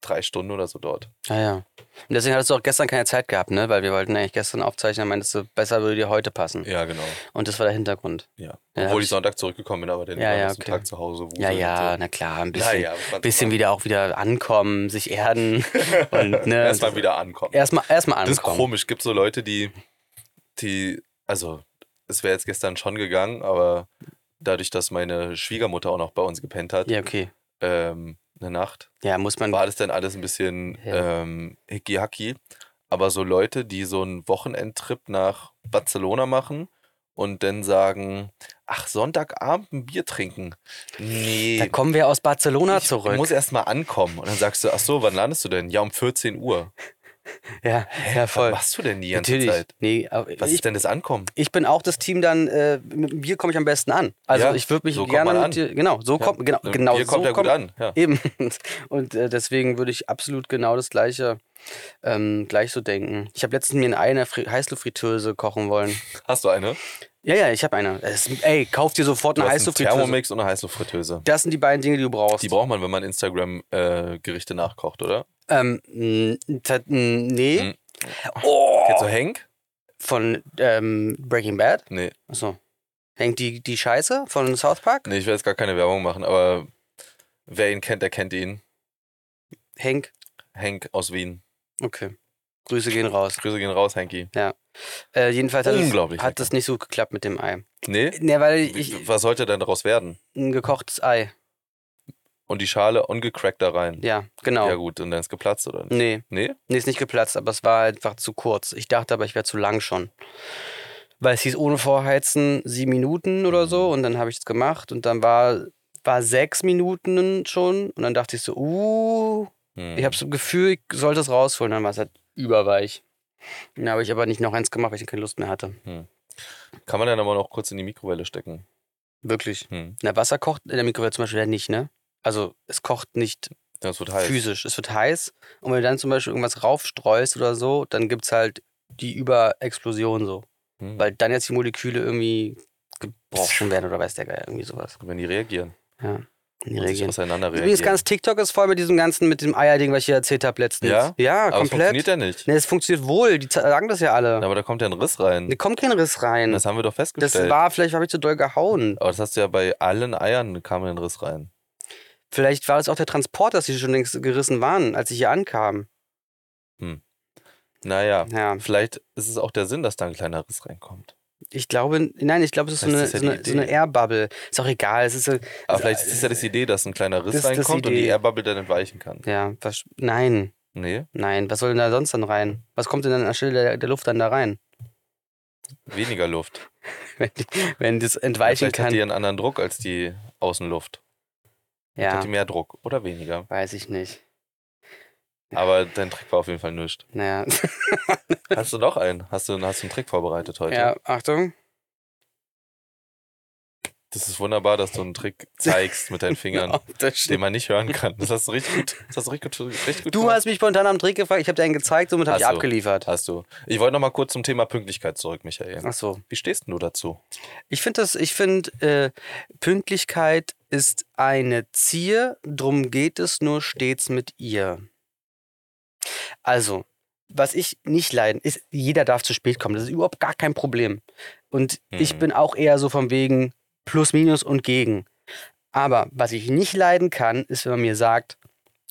[SPEAKER 1] drei Stunden oder so dort.
[SPEAKER 2] Ah ja. Und deswegen hattest du auch gestern keine Zeit gehabt, ne? Weil wir wollten eigentlich gestern aufzeichnen, dann meintest du, besser würde dir heute passen.
[SPEAKER 1] Ja, genau.
[SPEAKER 2] Und das war der Hintergrund.
[SPEAKER 1] Ja.
[SPEAKER 2] Ja, hab
[SPEAKER 1] Obwohl
[SPEAKER 2] ich-
[SPEAKER 1] ich Sonntag zurückgekommen bin, aber dann
[SPEAKER 2] Ja,
[SPEAKER 1] war
[SPEAKER 2] ja,
[SPEAKER 1] nächsten
[SPEAKER 2] okay.
[SPEAKER 1] Tag zu Hause.
[SPEAKER 2] Ja,
[SPEAKER 1] wuseln
[SPEAKER 2] ja,
[SPEAKER 1] und
[SPEAKER 2] na klar, ein
[SPEAKER 1] so.
[SPEAKER 2] bisschen.
[SPEAKER 1] Naja, was man so
[SPEAKER 2] bisschen
[SPEAKER 1] macht.
[SPEAKER 2] wieder auch wieder ankommen, sich erden und ne,
[SPEAKER 1] Erstmal wieder ankommen.
[SPEAKER 2] erstmal erstmal
[SPEAKER 1] Das ist
[SPEAKER 2] ankommen.
[SPEAKER 1] komisch. Gibt so Leute, die, die, also es wäre jetzt gestern schon gegangen, aber dadurch, dass meine Schwiegermutter auch noch bei uns gepennt hat,
[SPEAKER 2] Ja, okay.
[SPEAKER 1] ähm, eine Nacht,
[SPEAKER 2] Ja, muss man
[SPEAKER 1] war das dann alles ein bisschen
[SPEAKER 2] Ja.
[SPEAKER 1] ähm, hicki-hacki. Aber so Leute, die so einen Wochenendtrip nach Barcelona machen und dann sagen, ach, Sonntagabend ein Bier trinken. Nee.
[SPEAKER 2] Da kommen wir aus Barcelona zurück.
[SPEAKER 1] Ich muss erstmal ankommen. Und dann sagst du, ach so, wann landest du denn? Ja, um 14 Uhr.
[SPEAKER 2] ja, ja, voll.
[SPEAKER 1] Was machst du denn die ganze
[SPEAKER 2] Natürlich.
[SPEAKER 1] Zeit?
[SPEAKER 2] Nee, aber
[SPEAKER 1] Was
[SPEAKER 2] ich,
[SPEAKER 1] ist denn das Ankommen?
[SPEAKER 2] ich bin auch das Team dann äh, mit dem Bier komme ich am besten an. Also,
[SPEAKER 1] Ja,
[SPEAKER 2] ich würde mich
[SPEAKER 1] so kommt
[SPEAKER 2] gerne
[SPEAKER 1] man
[SPEAKER 2] mit
[SPEAKER 1] an.
[SPEAKER 2] dir genau, so
[SPEAKER 1] Ja,
[SPEAKER 2] kommt genau
[SPEAKER 1] äh,
[SPEAKER 2] genau
[SPEAKER 1] Bier
[SPEAKER 2] so
[SPEAKER 1] kommt ja gut
[SPEAKER 2] kommt-
[SPEAKER 1] an. Ja.
[SPEAKER 2] Eben. Und äh, deswegen würde ich absolut genau das gleiche ähm, gleich so denken. Ich habe letztens mir in einer Fri- Heißluftfritteuse kochen wollen.
[SPEAKER 1] Hast du eine?
[SPEAKER 2] Ja, ja, ich habe eine. Es, ey, kauf dir sofort
[SPEAKER 1] Du
[SPEAKER 2] eine
[SPEAKER 1] hast einen
[SPEAKER 2] Heißluftfritteuse.
[SPEAKER 1] Thermomix und eine Heißluftfritteuse.
[SPEAKER 2] Das sind die beiden Dinge, die du brauchst.
[SPEAKER 1] Die braucht man, wenn man Instagram-Gerichte nachkocht, oder?
[SPEAKER 2] ähm, n- ta- n- nee.
[SPEAKER 1] Hm.
[SPEAKER 2] Oh,
[SPEAKER 1] Kennst du Henk?
[SPEAKER 2] von ähm, Breaking Bad.
[SPEAKER 1] Nee.
[SPEAKER 2] Achso. Hängt die, die Scheiße von South Park?
[SPEAKER 1] nee, ich will jetzt gar keine Werbung machen, aber wer ihn kennt, der kennt ihn.
[SPEAKER 2] Hank.
[SPEAKER 1] Henk aus Wien.
[SPEAKER 2] Okay. Grüße gehen raus.
[SPEAKER 1] Grüße gehen raus, Henki.
[SPEAKER 2] Äh, jedenfalls hat,
[SPEAKER 1] Unglaublich
[SPEAKER 2] es, hat
[SPEAKER 1] lecker.
[SPEAKER 2] das nicht so geklappt mit dem Ei.
[SPEAKER 1] Nee?
[SPEAKER 2] Ne, weil ich,
[SPEAKER 1] Was sollte denn daraus werden?
[SPEAKER 2] ein gekochtes Ei.
[SPEAKER 1] Und die Schale ungecrackt da rein.
[SPEAKER 2] Ja, genau. Mhm.
[SPEAKER 1] Ja, gut, und dann ist geplatzt, oder nicht?
[SPEAKER 2] Nee,
[SPEAKER 1] Nee?
[SPEAKER 2] nee, ist nicht geplatzt, aber es war einfach zu kurz. Ich dachte aber, ich wäre zu lang schon. Weil es hieß ohne Vorheizen sieben Minuten oder
[SPEAKER 1] Mhm.
[SPEAKER 2] so und dann habe ich es gemacht und dann war, war sechs Minuten schon und dann dachte ich so, uh,
[SPEAKER 1] Hm.
[SPEAKER 2] ich habe so Gefühl, ich sollte es rausholen, dann war es halt überweich. Dann habe ich aber nicht noch eins gemacht, weil ich keine Lust mehr hatte.
[SPEAKER 1] Kann man dann aber noch kurz in die Mikrowelle stecken.
[SPEAKER 2] Wirklich.
[SPEAKER 1] Hm.
[SPEAKER 2] Na, Wasser kocht in der Mikrowelle zum Beispiel ja nicht, ne? Also es kocht nicht
[SPEAKER 1] Das wird heiß.
[SPEAKER 2] physisch. Es wird heiß. Und wenn du dann zum Beispiel irgendwas raufstreust oder so, dann gibt es halt die Überexplosion so.
[SPEAKER 1] Hm.
[SPEAKER 2] Weil dann jetzt die Moleküle irgendwie gebrochen werden oder weiß der Geier, irgendwie sowas.
[SPEAKER 1] Wenn die reagieren.
[SPEAKER 2] Ja. In die
[SPEAKER 1] Und sich
[SPEAKER 2] Regeln.
[SPEAKER 1] auseinander reagieren.
[SPEAKER 2] Übrigens, ganz TikTok ist voll mit diesem ganzen, mit dem Eierding, was ich hier erzählt habe letztens.
[SPEAKER 1] Ja?
[SPEAKER 2] ja
[SPEAKER 1] aber es
[SPEAKER 2] komplett.
[SPEAKER 1] funktioniert ja nicht.
[SPEAKER 2] Ne, es funktioniert wohl, die sagen das ja alle.
[SPEAKER 1] Aber da kommt ja ein Riss rein.
[SPEAKER 2] Da kommt kein Riss rein.
[SPEAKER 1] Das haben wir doch
[SPEAKER 2] Das
[SPEAKER 1] festgestellt.
[SPEAKER 2] war, vielleicht habe ich zu doll gehauen.
[SPEAKER 1] aber das hast du ja bei allen Eiern kam ein Riss rein.
[SPEAKER 2] Vielleicht war das auch der Transport, dass die schon längst gerissen waren, als ich hier ankam.
[SPEAKER 1] Naja,
[SPEAKER 2] Ja.
[SPEAKER 1] vielleicht ist es auch der Sinn, dass da ein kleiner Riss reinkommt.
[SPEAKER 2] Ich glaube, nein, ich glaube, es ist so
[SPEAKER 1] Das
[SPEAKER 2] eine,
[SPEAKER 1] ist ja
[SPEAKER 2] so
[SPEAKER 1] die
[SPEAKER 2] eine, so eine
[SPEAKER 1] Idee.
[SPEAKER 2] Air-Bubble. Ist auch egal. Es ist so,
[SPEAKER 1] Aber
[SPEAKER 2] es-
[SPEAKER 1] vielleicht ist es ja das Idee, dass ein kleiner Riss
[SPEAKER 2] Das ist das
[SPEAKER 1] reinkommt und die
[SPEAKER 2] Idee.
[SPEAKER 1] Airbubble dann entweichen kann.
[SPEAKER 2] ja, was, nein,
[SPEAKER 1] Nee,
[SPEAKER 2] nein. Was soll denn da sonst dann rein? Was kommt denn dann anstelle der, der Luft dann da rein?
[SPEAKER 1] weniger Luft.
[SPEAKER 2] Wenn, die- wenn das
[SPEAKER 1] Ja,
[SPEAKER 2] entweichen
[SPEAKER 1] vielleicht hat die
[SPEAKER 2] kann.
[SPEAKER 1] einen anderen Druck als die Außenluft. Hat
[SPEAKER 2] Ja,
[SPEAKER 1] die mehr Druck oder weniger.
[SPEAKER 2] weiß ich nicht.
[SPEAKER 1] Aber dein Trick war auf jeden Fall nichts.
[SPEAKER 2] Naja,
[SPEAKER 1] Hast du noch einen? Hast du, hast du einen Trick vorbereitet heute?
[SPEAKER 2] ja, Achtung.
[SPEAKER 1] Das ist wunderbar, dass du einen Trick zeigst mit deinen Fingern,
[SPEAKER 2] das
[SPEAKER 1] den man nicht hören kann. Das hast du richtig gut, das hast du richtig gut, richtig gut
[SPEAKER 2] Du
[SPEAKER 1] gemacht.
[SPEAKER 2] hast mich spontan am Trick gefragt. Ich habe dir einen gezeigt, somit habe
[SPEAKER 1] Ach
[SPEAKER 2] ich
[SPEAKER 1] so.
[SPEAKER 2] abgeliefert.
[SPEAKER 1] Hast du. Ich wollte noch mal kurz zum Thema Pünktlichkeit zurück, Michael.
[SPEAKER 2] Ach so.
[SPEAKER 1] Wie stehst denn du dazu?
[SPEAKER 2] Ich finde das, ich finde, äh, Pünktlichkeit ist eine Zier, drum geht es nur stets mit ihr. Also, was ich nicht leiden, ist, jeder darf zu spät kommen. Das ist überhaupt gar kein Problem. Und ich
[SPEAKER 1] Mhm.
[SPEAKER 2] bin auch eher so von wegen plus, minus und gegen. Aber was ich nicht leiden kann, ist, wenn man mir sagt,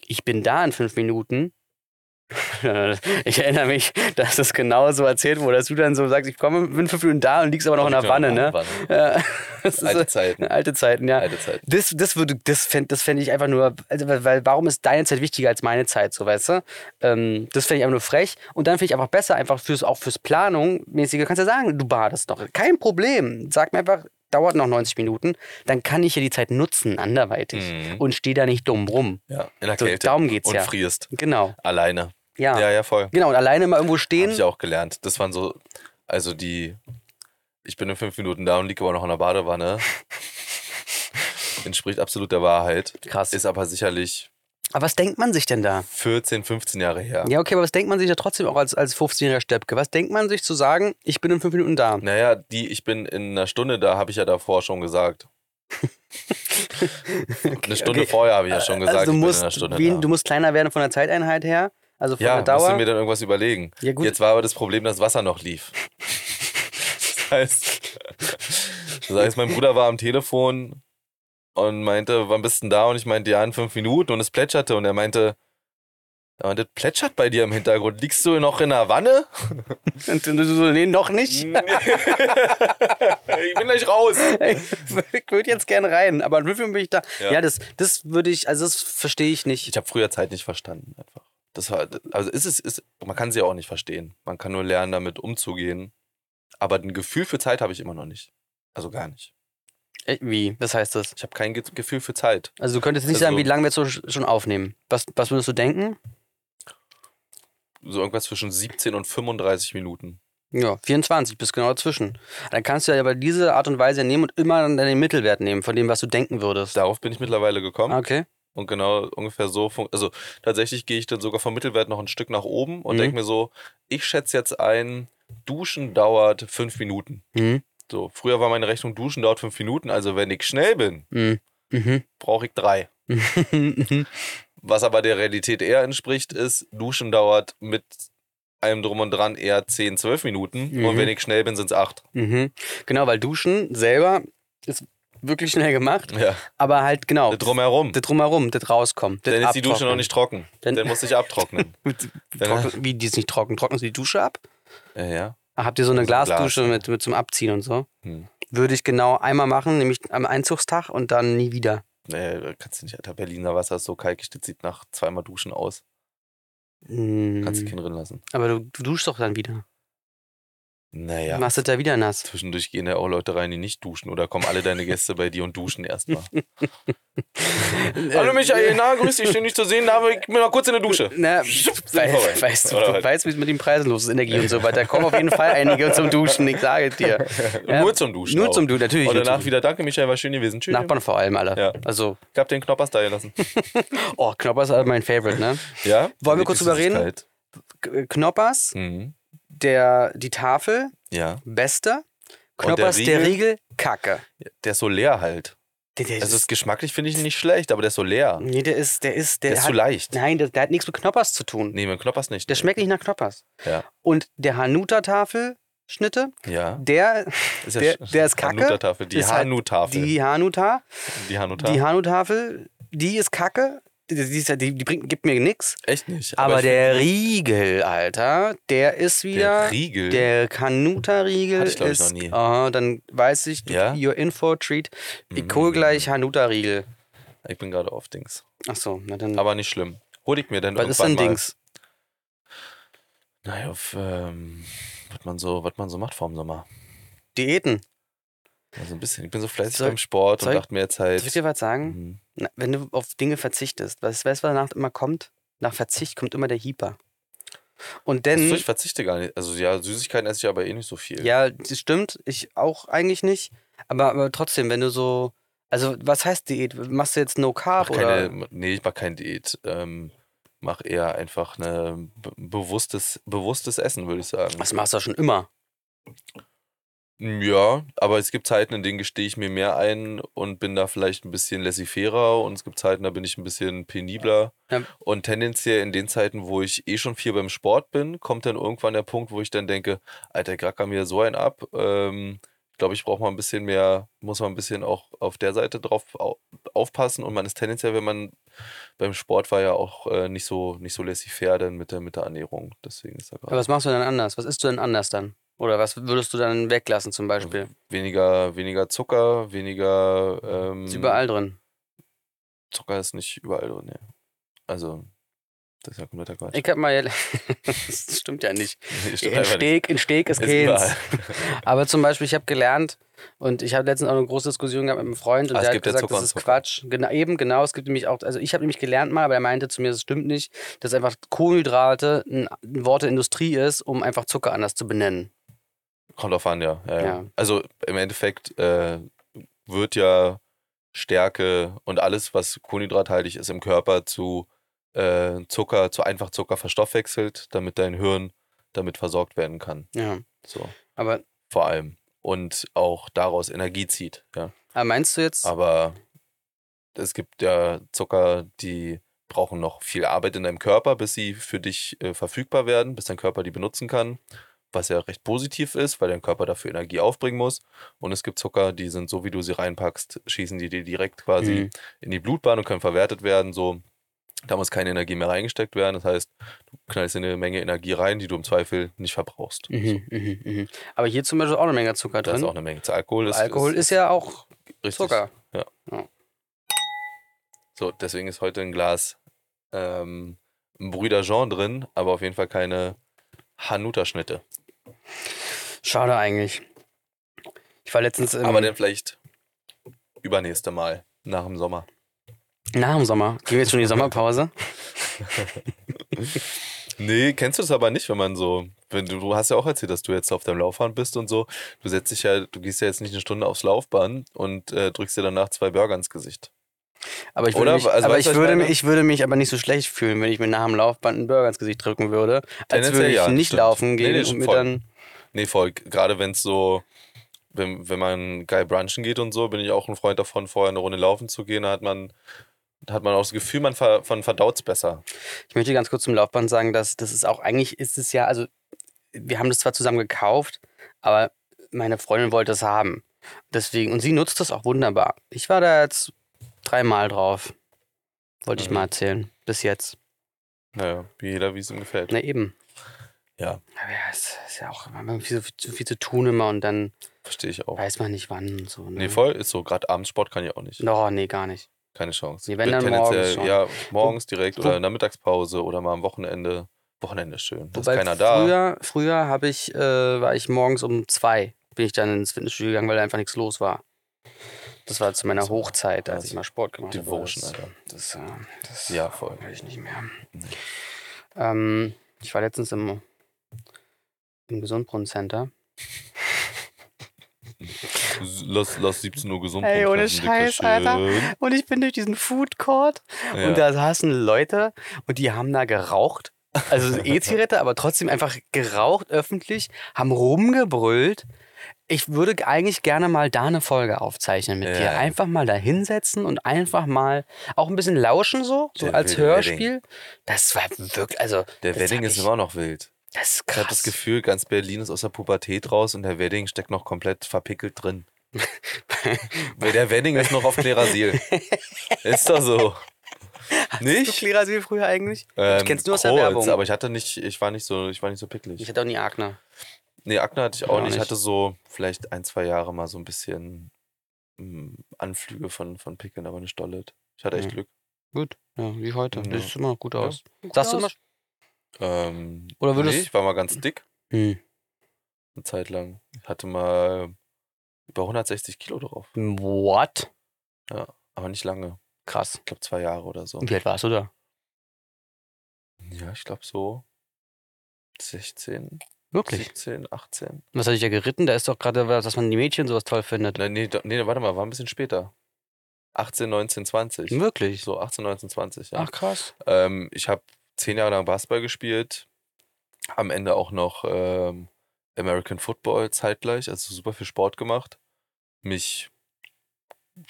[SPEAKER 2] ich bin da in fünf Minuten. Ich erinnere mich, dass das genau so erzählt wurde, dass du dann so sagst, ich komme, bin fünf Minuten da und liegst aber noch in der Wanne, ne? Ja, das
[SPEAKER 1] Alte
[SPEAKER 2] ist,
[SPEAKER 1] Zeiten.
[SPEAKER 2] äh, alte Zeiten, ja.
[SPEAKER 1] Alte Zeiten.
[SPEAKER 2] Das, das würde, das fände das fänd ich einfach nur, also, weil, weil warum ist deine Zeit wichtiger als meine Zeit, so weißt du? Ähm, das fände ich einfach nur frech. Und dann finde ich einfach besser, einfach fürs, auch fürs Planung mäßige, kannst ja sagen, du badest noch. Kein Problem. Sag mir einfach, dauert noch 90 Minuten, dann kann ich ja die Zeit nutzen, anderweitig.
[SPEAKER 1] Mhm.
[SPEAKER 2] Und stehe da nicht dumm rum.
[SPEAKER 1] Ja, in der
[SPEAKER 2] So,
[SPEAKER 1] Kälte.
[SPEAKER 2] darum geht's
[SPEAKER 1] und
[SPEAKER 2] ja.
[SPEAKER 1] frierst.
[SPEAKER 2] Genau.
[SPEAKER 1] Alleine.
[SPEAKER 2] Ja.
[SPEAKER 1] Ja, ja, voll.
[SPEAKER 2] Genau. Und alleine mal irgendwo
[SPEAKER 1] Habe
[SPEAKER 2] stehen.
[SPEAKER 1] ich auch gelernt. Das waren so, also die, ich bin in fünf Minuten da und liege aber noch in der Badewanne. Entspricht absolut der Wahrheit.
[SPEAKER 2] Krass.
[SPEAKER 1] Ist aber sicherlich
[SPEAKER 2] Aber was denkt man sich denn da?
[SPEAKER 1] 14, 15 Jahre her.
[SPEAKER 2] Ja, okay, aber was denkt man sich ja trotzdem auch als, als 15-jähriger Steppke? Was denkt man sich zu sagen, ich bin in fünf Minuten da?
[SPEAKER 1] Naja, die, ich bin in einer Stunde da, habe ich ja davor schon gesagt. eine Stunde
[SPEAKER 2] okay.
[SPEAKER 1] vorher habe ich ja schon gesagt,
[SPEAKER 2] also du
[SPEAKER 1] ich
[SPEAKER 2] musst,
[SPEAKER 1] bin in einer Stunde
[SPEAKER 2] wen-
[SPEAKER 1] da.
[SPEAKER 2] du musst kleiner werden von der Zeiteinheit her, also von
[SPEAKER 1] Ja,
[SPEAKER 2] der Dauer.
[SPEAKER 1] musste mir dann irgendwas überlegen.
[SPEAKER 2] Ja, gut.
[SPEAKER 1] Jetzt war aber das Problem, dass Wasser noch lief. das, heißt, das heißt, mein Bruder war am Telefon und meinte, wann bist du denn da? Und ich meinte, ja, in fünf Minuten und es plätscherte. Und er meinte, ja, das plätschert bei dir im Hintergrund. Liegst du noch in der Wanne?
[SPEAKER 2] Und du so, nee, noch nicht.
[SPEAKER 1] ich bin gleich raus.
[SPEAKER 2] ich würde jetzt gern rein, aber in fünf Minuten bin ich da. Ja,
[SPEAKER 1] Ja.
[SPEAKER 2] das, das würde ich, also das verstehe ich nicht.
[SPEAKER 1] Ich habe früher Zeit nicht verstanden einfach. Das war, also ist es, ist, man kann sie ja auch nicht verstehen. Man kann nur lernen, damit umzugehen. Aber ein Gefühl für Zeit habe ich immer noch nicht. Also gar nicht.
[SPEAKER 2] Äh, Wie? Was heißt das?
[SPEAKER 1] Ich habe kein Ge Gefühl für Zeit.
[SPEAKER 2] Also du könntest nicht
[SPEAKER 1] Also-
[SPEAKER 2] sagen, wie lange wir jetzt so sch- schon aufnehmen. Was, was würdest du denken?
[SPEAKER 1] So irgendwas zwischen 17 und 35 Minuten.
[SPEAKER 2] Ja, 24 bis genau dazwischen. Dann kannst du ja aber diese Art und Weise nehmen und immer dann den Mittelwert nehmen von dem, was du denken würdest. Ah,
[SPEAKER 1] Darauf bin ich mittlerweile gekommen.
[SPEAKER 2] Okay.
[SPEAKER 1] Und genau ungefähr so. fun- Also tatsächlich gehe ich dann sogar vom Mittelwert noch ein Stück nach oben und
[SPEAKER 2] Mhm.
[SPEAKER 1] denke mir so, ich schätze jetzt ein, Duschen dauert fünf Minuten.
[SPEAKER 2] Mhm.
[SPEAKER 1] So, früher war meine Rechnung, Duschen dauert fünf Minuten. Also wenn ich schnell bin,
[SPEAKER 2] Mhm. Mhm.
[SPEAKER 1] brauche ich drei.
[SPEAKER 2] Mhm.
[SPEAKER 1] Was aber der Realität eher entspricht, ist, Duschen dauert mit einem Drum und Dran eher 10, 12 Minuten.
[SPEAKER 2] Mhm.
[SPEAKER 1] Und wenn ich schnell bin, sind es 8.
[SPEAKER 2] Mhm. Genau, weil Duschen selber ist wirklich schnell gemacht,
[SPEAKER 1] Ja.
[SPEAKER 2] aber halt genau.
[SPEAKER 1] Das Drumherum.
[SPEAKER 2] Das drumherum, das rauskommen. Das
[SPEAKER 1] Dann ist die Dusche noch
[SPEAKER 2] abtrocknen.
[SPEAKER 1] nicht trocken.
[SPEAKER 2] Dann-
[SPEAKER 1] Dann, muss ich abtrocknen.
[SPEAKER 2] Trocken, wie, die ist nicht trocken. Trocknen Sie die Dusche ab?
[SPEAKER 1] ja, ja.
[SPEAKER 2] Ach, habt ihr so eine
[SPEAKER 1] So Also ein Glas,
[SPEAKER 2] Glasdusche mit, mit zum Abziehen und so?
[SPEAKER 1] Hm.
[SPEAKER 2] Würde ich genau einmal machen, nämlich am Einzugstag und dann nie wieder.
[SPEAKER 1] Nee, kannst du nicht, Alter. Berliner Wasser ist so kalkig, das sieht nach zweimal Duschen aus. Kannst du
[SPEAKER 2] Mm,
[SPEAKER 1] keinen drin lassen.
[SPEAKER 2] aber du, du duschst doch dann wieder.
[SPEAKER 1] Naja.
[SPEAKER 2] Machst es da wieder nass.
[SPEAKER 1] Zwischendurch gehen ja auch Leute rein, die nicht duschen. Oder kommen alle deine Gäste bei dir und duschen erstmal. Äh, Hallo Michael, na, grüß dich, schön dich zu sehen. Na, ich bin mal kurz in der Dusche.
[SPEAKER 2] Na,
[SPEAKER 1] Schupp, sind wir
[SPEAKER 2] weißt,
[SPEAKER 1] vorbei.
[SPEAKER 2] weißt du,
[SPEAKER 1] Oder
[SPEAKER 2] du
[SPEAKER 1] was?
[SPEAKER 2] weißt, wie es mit den Preisen los ist, Energie und so weiter. Kommen auf jeden Fall einige zum Duschen, ich sage es dir. Ja,
[SPEAKER 1] nur zum Duschen.
[SPEAKER 2] Nur
[SPEAKER 1] auch.
[SPEAKER 2] zum Duschen, natürlich.
[SPEAKER 1] Und
[SPEAKER 2] nur
[SPEAKER 1] danach
[SPEAKER 2] zum-
[SPEAKER 1] wieder, danke Michael, war schön gewesen. Tschüss.
[SPEAKER 2] Nachbarn vor allem alle.
[SPEAKER 1] Ja.
[SPEAKER 2] Also,
[SPEAKER 1] Ich hab den Knoppers da gelassen.
[SPEAKER 2] oh, Knoppers ist mein Favorite, ne?
[SPEAKER 1] Ja?
[SPEAKER 2] Wollen wir kurz drüber reden?
[SPEAKER 1] Lieblingssüßigkeit.
[SPEAKER 2] K- äh, Knoppers,
[SPEAKER 1] Mhm.
[SPEAKER 2] der, die Tafel,
[SPEAKER 1] Ja.
[SPEAKER 2] beste.
[SPEAKER 1] Und der
[SPEAKER 2] Knoppers, der
[SPEAKER 1] Riegel?
[SPEAKER 2] Riegel, Kacke.
[SPEAKER 1] Der ist so leer halt.
[SPEAKER 2] Der, der,
[SPEAKER 1] Also ist geschmacklich finde ich ihn nicht schlecht, aber der ist so leer.
[SPEAKER 2] nee, der ist, der ist, der,
[SPEAKER 1] Der ist
[SPEAKER 2] hat,
[SPEAKER 1] zu leicht.
[SPEAKER 2] nein, der, der hat nichts mit Knoppers zu tun.
[SPEAKER 1] Nee, mit Knoppers nicht.
[SPEAKER 2] Der schmeckt nicht nach Knoppers.
[SPEAKER 1] Ja.
[SPEAKER 2] Und der Hanuta-Tafel-Schnitte,
[SPEAKER 1] Ja.
[SPEAKER 2] der,
[SPEAKER 1] Ist ja
[SPEAKER 2] der,
[SPEAKER 1] sch-
[SPEAKER 2] der ist kacke.
[SPEAKER 1] Hanuta-Tafel. Die
[SPEAKER 2] Ist halt
[SPEAKER 1] Hanu-Tafel.
[SPEAKER 2] Die Hanuta,
[SPEAKER 1] die Hanuta.
[SPEAKER 2] die Hanuta-Tafel, die ist kacke. Die, die, ist ja- die, die bringt, gibt mir nichts.
[SPEAKER 1] Echt nicht.
[SPEAKER 2] Aber
[SPEAKER 1] ich
[SPEAKER 2] der Riegel, Alter, der ist
[SPEAKER 1] find, der
[SPEAKER 2] wieder.
[SPEAKER 1] Riegel.
[SPEAKER 2] Der Hanuta-Riegel
[SPEAKER 1] Hatte ich, glaub ich,
[SPEAKER 2] ist.
[SPEAKER 1] noch nie.
[SPEAKER 2] Ah, dann weiß ich,
[SPEAKER 1] Ja? Mhm.
[SPEAKER 2] your info treat. Ich hol gleich Hanuta-Riegel.
[SPEAKER 1] ich bin gerade auf Dings.
[SPEAKER 2] Achso, na dann.
[SPEAKER 1] Aber nicht schlimm. Hol ich mir dann
[SPEAKER 2] was ist denn
[SPEAKER 1] irgendwann mal.
[SPEAKER 2] Dings?
[SPEAKER 1] Naja, auf, ähm, was man so, was man so macht vorm Sommer.
[SPEAKER 2] Diäten.
[SPEAKER 1] Also ein bisschen. Ich bin so fleißig
[SPEAKER 2] Soll-
[SPEAKER 1] beim Sport
[SPEAKER 2] soll
[SPEAKER 1] und
[SPEAKER 2] ich-
[SPEAKER 1] dachte mir jetzt
[SPEAKER 2] Soll ich
[SPEAKER 1] halt.
[SPEAKER 2] dir was sagen?
[SPEAKER 1] Mhm.
[SPEAKER 2] Na, wenn du auf Dinge verzichtest, was, weißt du, was danach immer kommt? Nach Verzicht kommt immer der Hyper. Und
[SPEAKER 1] Achso,
[SPEAKER 2] dann.
[SPEAKER 1] ich verzichte gar nicht. Also ja, Süßigkeiten esse ich aber eh nicht so viel.
[SPEAKER 2] Hm. Ja, das stimmt. Ich auch eigentlich nicht. Aber, aber trotzdem, wenn du so. Also, was heißt Diät? Machst du jetzt No
[SPEAKER 1] mach
[SPEAKER 2] Carb oder.
[SPEAKER 1] keine, nee, ich mach keine Diät. Ähm, mach eher einfach ein be bewusstes, bewusstes Essen, würde ich sagen.
[SPEAKER 2] Das machst du ja schon immer.
[SPEAKER 1] Mm, Ja, aber es gibt Zeiten, in denen gestehe ich mir mehr ein und bin da vielleicht ein bisschen laissez-fairer und es gibt Zeiten, da bin ich ein bisschen penibler.
[SPEAKER 2] Ja.
[SPEAKER 1] Und tendenziell in den Zeiten, wo ich eh schon viel beim Sport bin, kommt dann irgendwann der Punkt, wo ich dann denke, Alter, Gracker mir so ein ab. Ähm, ich glaube, ich brauche mal ein bisschen mehr, muss man ein bisschen auch auf der Seite drauf au- aufpassen und man ist tendenziell, wenn man beim Sport war, ja auch äh, nicht so, nicht so laissez-faire dann mit der, mit der Ernährung. Deswegen ist da
[SPEAKER 2] Aber
[SPEAKER 1] gerade
[SPEAKER 2] was machst du denn anders? Was isst du denn anders dann? Oder was würdest du dann weglassen zum Beispiel?
[SPEAKER 1] weniger, weniger Zucker, weniger. Ähm,
[SPEAKER 2] Ist überall drin.
[SPEAKER 1] Zucker ist nicht überall drin, ja. Also, das ist ja kompletter Quatsch.
[SPEAKER 2] Ich hab mal. das stimmt ja nicht.
[SPEAKER 1] Nee, stimmt
[SPEAKER 2] In
[SPEAKER 1] einfach nicht.
[SPEAKER 2] Steg, in Steg ist
[SPEAKER 1] Ist
[SPEAKER 2] Käse.
[SPEAKER 1] überall.
[SPEAKER 2] Aber zum Beispiel, ich habe gelernt und ich habe letztens auch eine große Diskussion gehabt mit einem Freund und
[SPEAKER 1] Ah, es
[SPEAKER 2] der hat
[SPEAKER 1] gibt ja
[SPEAKER 2] gesagt,
[SPEAKER 1] Zucker
[SPEAKER 2] das
[SPEAKER 1] und
[SPEAKER 2] ist
[SPEAKER 1] Zucker.
[SPEAKER 2] Quatsch. Genau, eben, genau. Es gibt nämlich auch, also ich habe nämlich gelernt mal, aber er meinte zu mir, das stimmt nicht, dass einfach Kohlenhydrate ein ein Wort der Industrie ist, um einfach Zucker anders zu benennen.
[SPEAKER 1] Kommt drauf an, ja. Ja, ja.
[SPEAKER 2] Ja.
[SPEAKER 1] Also im Endeffekt äh, wird ja Stärke und alles, was kohlenhydrathaltig ist im Körper, zu äh, Zucker, zu einfach Zucker verstoffwechselt, damit dein Hirn damit versorgt werden kann.
[SPEAKER 2] Ja.
[SPEAKER 1] So,
[SPEAKER 2] Aber,
[SPEAKER 1] vor allem. Und auch daraus Energie zieht, ja.
[SPEAKER 2] aber meinst du jetzt,
[SPEAKER 1] Aber es gibt ja Zucker, die brauchen noch viel Arbeit in deinem Körper, bis sie für dich äh, verfügbar werden, bis dein Körper die benutzen kann. Was ja recht positiv ist, weil dein Körper dafür Energie aufbringen muss. Und es gibt Zucker, die sind so, wie du sie reinpackst, schießen die dir direkt quasi
[SPEAKER 2] Mhm.
[SPEAKER 1] in die Blutbahn und können verwertet werden. So, da muss keine Energie mehr reingesteckt werden. Das heißt, du knallst dir eine Menge Energie rein, die du im Zweifel nicht verbrauchst.
[SPEAKER 2] Mhm, mhm, mhm. Aber hier zum Beispiel ist auch eine Menge Zucker
[SPEAKER 1] Da ist
[SPEAKER 2] drin.
[SPEAKER 1] auch eine Menge. Alkohol ist,
[SPEAKER 2] Alkohol ist, ja auch
[SPEAKER 1] richtig.
[SPEAKER 2] Zucker.
[SPEAKER 1] So, deswegen ist heute ein Glas ähm, ein Brüder Jean drin, aber auf jeden Fall keine Hanuta-Schnitte.
[SPEAKER 2] Schade eigentlich. Ich war letztens im,
[SPEAKER 1] Aber dann vielleicht übernächste Mal, nach dem Sommer.
[SPEAKER 2] nach dem Sommer. Gehen wir jetzt schon in die Sommerpause?
[SPEAKER 1] Nee, kennst du es aber nicht, wenn man so, wenn du, du hast ja auch erzählt, dass du jetzt auf deinem Laufband bist und so. Du setzt dich ja, du gehst ja jetzt nicht eine Stunde aufs Laufband und äh, drückst dir danach zwei Burger ins Gesicht.
[SPEAKER 2] Aber ich würde,
[SPEAKER 1] Oder?
[SPEAKER 2] mich,
[SPEAKER 1] Also,
[SPEAKER 2] aber
[SPEAKER 1] weißt
[SPEAKER 2] ich,
[SPEAKER 1] du, was ich
[SPEAKER 2] würde,
[SPEAKER 1] meine?
[SPEAKER 2] mich- ich würde mich aber nicht so schlecht fühlen, wenn ich mir nach dem Laufband einen Burger ins Gesicht drücken würde, als
[SPEAKER 1] Tendenziell
[SPEAKER 2] würde ich
[SPEAKER 1] ja,
[SPEAKER 2] nicht
[SPEAKER 1] stimmt.
[SPEAKER 2] laufen
[SPEAKER 1] Nee,
[SPEAKER 2] gehen
[SPEAKER 1] nee,
[SPEAKER 2] und
[SPEAKER 1] stimmt
[SPEAKER 2] mir
[SPEAKER 1] voll.
[SPEAKER 2] dann.
[SPEAKER 1] Nee, voll. Gerade wenn es so, wenn, wenn man geil brunchen geht und so, bin ich auch ein Freund davon, vorher eine Runde laufen zu gehen. Da hat man, hat man auch das Gefühl, man, ver, man verdaut es besser.
[SPEAKER 2] Ich möchte ganz kurz zum Laufband sagen, dass das ist auch eigentlich ist es ja, also wir haben das zwar zusammen gekauft, aber meine Freundin wollte es haben. Deswegen, und sie nutzt das auch wunderbar. Ich war da jetzt dreimal drauf. Wollte ich
[SPEAKER 1] Mhm.
[SPEAKER 2] mal erzählen. Bis jetzt.
[SPEAKER 1] Naja, wie jeder, wie es ihm gefällt.
[SPEAKER 2] Na eben.
[SPEAKER 1] Ja,
[SPEAKER 2] Aber ja, es ist ja auch man hat viel, zu- zu viel zu tun immer und dann
[SPEAKER 1] verstehe ich auch.
[SPEAKER 2] weiß man nicht wann und so. Ne?
[SPEAKER 1] Nee, voll ist so. Gerade Abendsport kann ich auch nicht.
[SPEAKER 2] Oh, nee, gar nicht.
[SPEAKER 1] Keine Chance.
[SPEAKER 2] Nee, wenn, dann
[SPEAKER 1] Tendenziell,
[SPEAKER 2] morgens schon.
[SPEAKER 1] Ja, morgens direkt
[SPEAKER 2] wo-
[SPEAKER 1] oder in der Mittagspause oder mal am Wochenende. Wochenende ist schön. Da ist
[SPEAKER 2] Wobei
[SPEAKER 1] keiner da.
[SPEAKER 2] Früher, früher hab ich, äh, war ich morgens um zwei, bin ich dann ins Fitnessstudio gegangen, weil da einfach nichts los war. Das war zu meiner
[SPEAKER 1] So.
[SPEAKER 2] Hochzeit, als
[SPEAKER 1] Also,
[SPEAKER 2] ich mal Sport gemacht habe.
[SPEAKER 1] Devotion,
[SPEAKER 2] Das-
[SPEAKER 1] Alter.
[SPEAKER 2] Das, äh, das
[SPEAKER 1] Ja, Mhm. voll.
[SPEAKER 2] will ich nicht mehr. Ähm, ich war letztens im, im Gesundbrunnen Center.
[SPEAKER 1] Lass, lass 17 Uhr gesund
[SPEAKER 2] Ey, ohne
[SPEAKER 1] rumtreffen,
[SPEAKER 2] Scheiß,
[SPEAKER 1] Dickerchen.
[SPEAKER 2] Alter. Und ich bin durch diesen Food Court
[SPEAKER 1] Ja.
[SPEAKER 2] und da saßen Leute und die haben da geraucht. Also E-Zigarette, aber trotzdem einfach geraucht öffentlich, haben rumgebrüllt. Ich würde eigentlich gerne mal da eine Folge aufzeichnen mit
[SPEAKER 1] Ja.
[SPEAKER 2] dir. Einfach mal da hinsetzen und einfach mal auch ein bisschen lauschen so, so
[SPEAKER 1] Der
[SPEAKER 2] als
[SPEAKER 1] wilde
[SPEAKER 2] Hörspiel.
[SPEAKER 1] Wedding.
[SPEAKER 2] Das war wirklich, also
[SPEAKER 1] der
[SPEAKER 2] das
[SPEAKER 1] Wedding
[SPEAKER 2] hab
[SPEAKER 1] ist
[SPEAKER 2] ich-
[SPEAKER 1] immer noch wild.
[SPEAKER 2] das ist
[SPEAKER 1] Ich
[SPEAKER 2] krass.
[SPEAKER 1] habe das Gefühl, ganz Berlin ist aus der Pubertät raus und der Wedding steckt noch komplett verpickelt drin. Weil der Wedding ist noch auf Klerasil. ist doch so.
[SPEAKER 2] Nicht?
[SPEAKER 1] Nicht?
[SPEAKER 2] Klerasil früher eigentlich?
[SPEAKER 1] Ähm,
[SPEAKER 2] ich kenn's nur aus der
[SPEAKER 1] kurz,
[SPEAKER 2] Werbung.
[SPEAKER 1] aber ich hatte nicht, ich war nicht so, ich war nicht so picklig.
[SPEAKER 2] ich hatte auch nie Akne.
[SPEAKER 1] Nee, Akne hatte ich auch
[SPEAKER 2] Auch
[SPEAKER 1] nicht. Ich
[SPEAKER 2] nicht.
[SPEAKER 1] hatte so vielleicht ein, zwei Jahre mal so ein bisschen mm, Anflüge von, von Pickeln, aber nicht stollet. Ich hatte echt
[SPEAKER 2] Mhm.
[SPEAKER 1] Glück.
[SPEAKER 2] Gut, ja, wie heute.
[SPEAKER 1] Ja.
[SPEAKER 2] Das sieht immer noch gut
[SPEAKER 1] Ja.
[SPEAKER 2] aus. Sagst du immer.
[SPEAKER 1] Ähm,
[SPEAKER 2] Oder würdest-
[SPEAKER 1] nee, ich war mal ganz dick
[SPEAKER 2] Hm.
[SPEAKER 1] eine Zeit lang. Ich hatte mal über 160 Kilo drauf,
[SPEAKER 2] What?
[SPEAKER 1] aber nicht lange.
[SPEAKER 2] Krass.
[SPEAKER 1] Ich glaube zwei Jahre oder so.
[SPEAKER 2] Wie alt warst du da?
[SPEAKER 1] Ja, ich glaube so 16,
[SPEAKER 2] Wirklich?
[SPEAKER 1] 17, 18.
[SPEAKER 2] Was hat dich ja geritten? Da ist doch gerade, dass man die Mädchen sowas toll findet.
[SPEAKER 1] Nein, nee, da- nee, warte mal, war ein bisschen später. 18, 19, 20.
[SPEAKER 2] Wirklich?
[SPEAKER 1] So 18, 19, 20, ja.
[SPEAKER 2] Ach krass.
[SPEAKER 1] Ähm, ich habe zehn Jahre lang Basketball gespielt, am Ende auch noch ähm, American Football zeitgleich, also super viel Sport gemacht, mich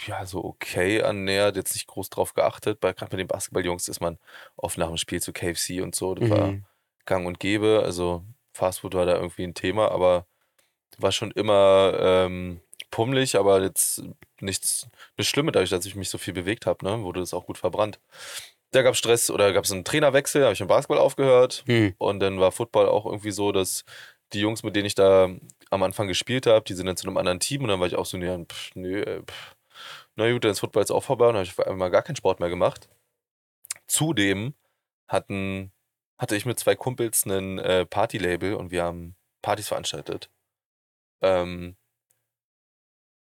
[SPEAKER 1] ja so okay annähert, jetzt nicht groß drauf geachtet, weil gerade bei den Basketballjungs ist man oft nach dem Spiel zu KFC und so, das war
[SPEAKER 2] Mhm.
[SPEAKER 1] gang und gäbe, also Fastfood war da irgendwie ein Thema, aber war schon immer ähm, pummelig, aber jetzt nichts, nichts Schlimmes dadurch, dass ich mich so viel bewegt habe, ne? wurde das auch gut verbrannt. Da gab es Stress oder gab es einen Trainerwechsel, habe ich im Basketball aufgehört
[SPEAKER 2] Hm.
[SPEAKER 1] und dann war Football auch irgendwie so, dass die Jungs, mit denen ich da am Anfang gespielt habe, die sind dann zu einem anderen Team und dann war ich auch so, nee, pff, nö, äh, pff. na gut, dann ist Football jetzt auch vorbei und dann habe ich auf einmal gar keinen Sport mehr gemacht. Zudem hatten, hatte ich mit zwei Kumpels einen äh, Partylabel und wir haben Partys veranstaltet. Ähm,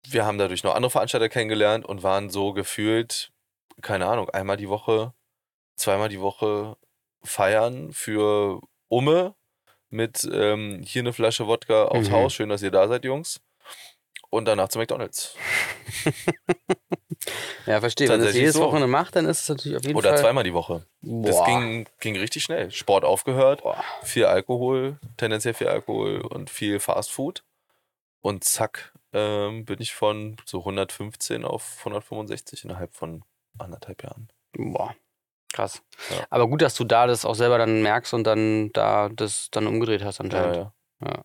[SPEAKER 1] wir haben dadurch noch andere Veranstalter kennengelernt und waren so gefühlt, keine Ahnung, einmal die Woche, zweimal die Woche feiern für Umme mit ähm, hier eine Flasche Wodka aufs
[SPEAKER 2] Mhm.
[SPEAKER 1] Haus. Schön, dass ihr da seid, Jungs. Und danach zu McDonalds.
[SPEAKER 2] Ja, verstehe. Wenn du das
[SPEAKER 1] Tatsächlich
[SPEAKER 2] jedes
[SPEAKER 1] so.
[SPEAKER 2] Wochenende macht, dann ist es natürlich auf jeden
[SPEAKER 1] Oder
[SPEAKER 2] Fall.
[SPEAKER 1] zweimal die Woche.
[SPEAKER 2] Boah.
[SPEAKER 1] Das ging, ging richtig schnell. Sport aufgehört,
[SPEAKER 2] Boah.
[SPEAKER 1] viel Alkohol, tendenziell viel Alkohol und viel Fast Food. Und zack, ähm, bin ich von so 115 auf 165 innerhalb von anderthalb Jahren.
[SPEAKER 2] Boah. Krass.
[SPEAKER 1] Ja.
[SPEAKER 2] Aber gut, dass du da das auch selber dann merkst und dann da das dann umgedreht hast
[SPEAKER 1] Ja,
[SPEAKER 2] anscheinend.
[SPEAKER 1] ja.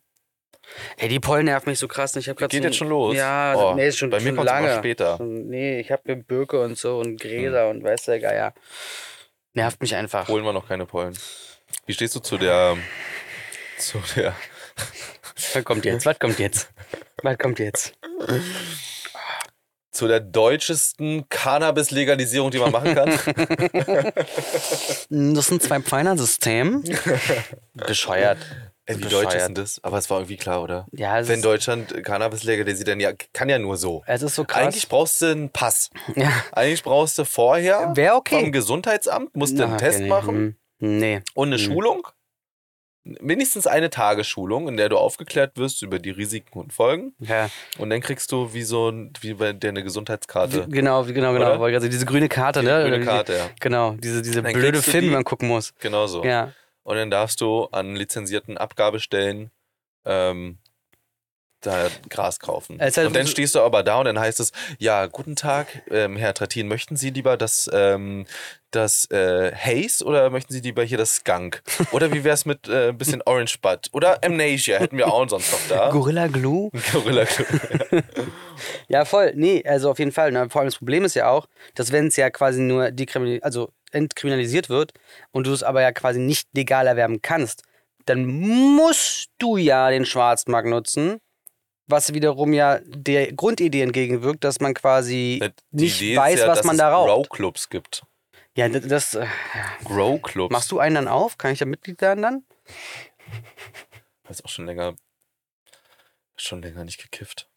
[SPEAKER 2] Ey, die Pollen nervt mich so krass. ne? Ich hab grad
[SPEAKER 1] Geht
[SPEAKER 2] so ein-
[SPEAKER 1] jetzt schon los.
[SPEAKER 2] Ja, also,
[SPEAKER 1] Oh,
[SPEAKER 2] nee, ist schon,
[SPEAKER 1] Bei mir
[SPEAKER 2] schon
[SPEAKER 1] kommt es
[SPEAKER 2] lange.
[SPEAKER 1] immer später.
[SPEAKER 2] Schon- Nee, ich habe Birke und so und Gräser
[SPEAKER 1] Hm.
[SPEAKER 2] und weiß der Geier. Nervt mich einfach.
[SPEAKER 1] Polen wir noch keine Pollen. Wie stehst du zu der. Zu der.
[SPEAKER 2] Was kommt jetzt? Was kommt jetzt? Was kommt jetzt?
[SPEAKER 1] Zu der deutschesten Cannabis-Legalisierung, die man machen kann?
[SPEAKER 2] Mm, Das sind zwei Pfeilersystem. Bescheuert.
[SPEAKER 1] Ey, wie
[SPEAKER 2] Bescheuert.
[SPEAKER 1] deutsch ist denn das? Aber es war irgendwie klar, oder?
[SPEAKER 2] Ja, es
[SPEAKER 1] Wenn
[SPEAKER 2] ist-
[SPEAKER 1] Deutschland Cannabis legalisiert, dann ja, kann ja nur so.
[SPEAKER 2] Es ist so krass.
[SPEAKER 1] Eigentlich brauchst du einen Pass.
[SPEAKER 2] ja.
[SPEAKER 1] Eigentlich brauchst du vorher
[SPEAKER 2] Wär okay.
[SPEAKER 1] vom Gesundheitsamt, musst du einen
[SPEAKER 2] Na,
[SPEAKER 1] Test
[SPEAKER 2] nee,
[SPEAKER 1] machen
[SPEAKER 2] hm, Nee.
[SPEAKER 1] und eine
[SPEAKER 2] Mhm.
[SPEAKER 1] Schulung. Mindestens eine Tagesschulung, in der du aufgeklärt wirst über die Risiken und Folgen.
[SPEAKER 2] Ja.
[SPEAKER 1] Und dann kriegst du wie so ein, wie bei dir eine
[SPEAKER 2] Wie,
[SPEAKER 1] Gesundheitskarte.
[SPEAKER 2] genau, wie- genau, genau.
[SPEAKER 1] Oder?
[SPEAKER 2] Weil also diese grüne Karte,
[SPEAKER 1] Die
[SPEAKER 2] ne? Oder
[SPEAKER 1] grüne
[SPEAKER 2] die-
[SPEAKER 1] Karte, ja.
[SPEAKER 2] Genau, diese, diese
[SPEAKER 1] Dann
[SPEAKER 2] blöde
[SPEAKER 1] kriegst du
[SPEAKER 2] Film, die
[SPEAKER 1] die-
[SPEAKER 2] man gucken muss.
[SPEAKER 1] Genau so.
[SPEAKER 2] Ja.
[SPEAKER 1] Und dann darfst du an lizenzierten Abgabestellen ähm, da Gras kaufen.
[SPEAKER 2] Es ist halt
[SPEAKER 1] und dann
[SPEAKER 2] so-
[SPEAKER 1] stehst du aber da und dann heißt es, ja, guten Tag, ähm, Herr Trattin, möchten Sie lieber das, ähm, das äh, Haze oder möchten Sie lieber hier das Skunk? Oder wie wär's mit äh, ein bisschen Orange Bud? Oder Amnesia hätten wir auch sonst noch da.
[SPEAKER 2] Gorilla Glue?
[SPEAKER 1] Gorilla
[SPEAKER 2] Ja, voll. Nee, also auf jeden Fall. Ne? Vor allem das Problem ist ja auch, dass wenn es ja quasi nur dekriminalisiert, also entkriminalisiert wird und du es aber ja quasi nicht legal erwerben kannst, dann musst du ja den Schwarzmarkt nutzen, was wiederum ja der Grundidee entgegenwirkt, dass man quasi
[SPEAKER 1] Die
[SPEAKER 2] nicht
[SPEAKER 1] Idee ist
[SPEAKER 2] weiß,
[SPEAKER 1] ja,
[SPEAKER 2] was
[SPEAKER 1] dass
[SPEAKER 2] man
[SPEAKER 1] es
[SPEAKER 2] da raucht.
[SPEAKER 1] Grow-Clubs gibt.
[SPEAKER 2] Ja, das, das äh,
[SPEAKER 1] Grow-Clubs.
[SPEAKER 2] machst du einen dann auf? Kann ich da Mitglied werden dann?
[SPEAKER 1] Hast auch schon länger, schon länger nicht gekifft.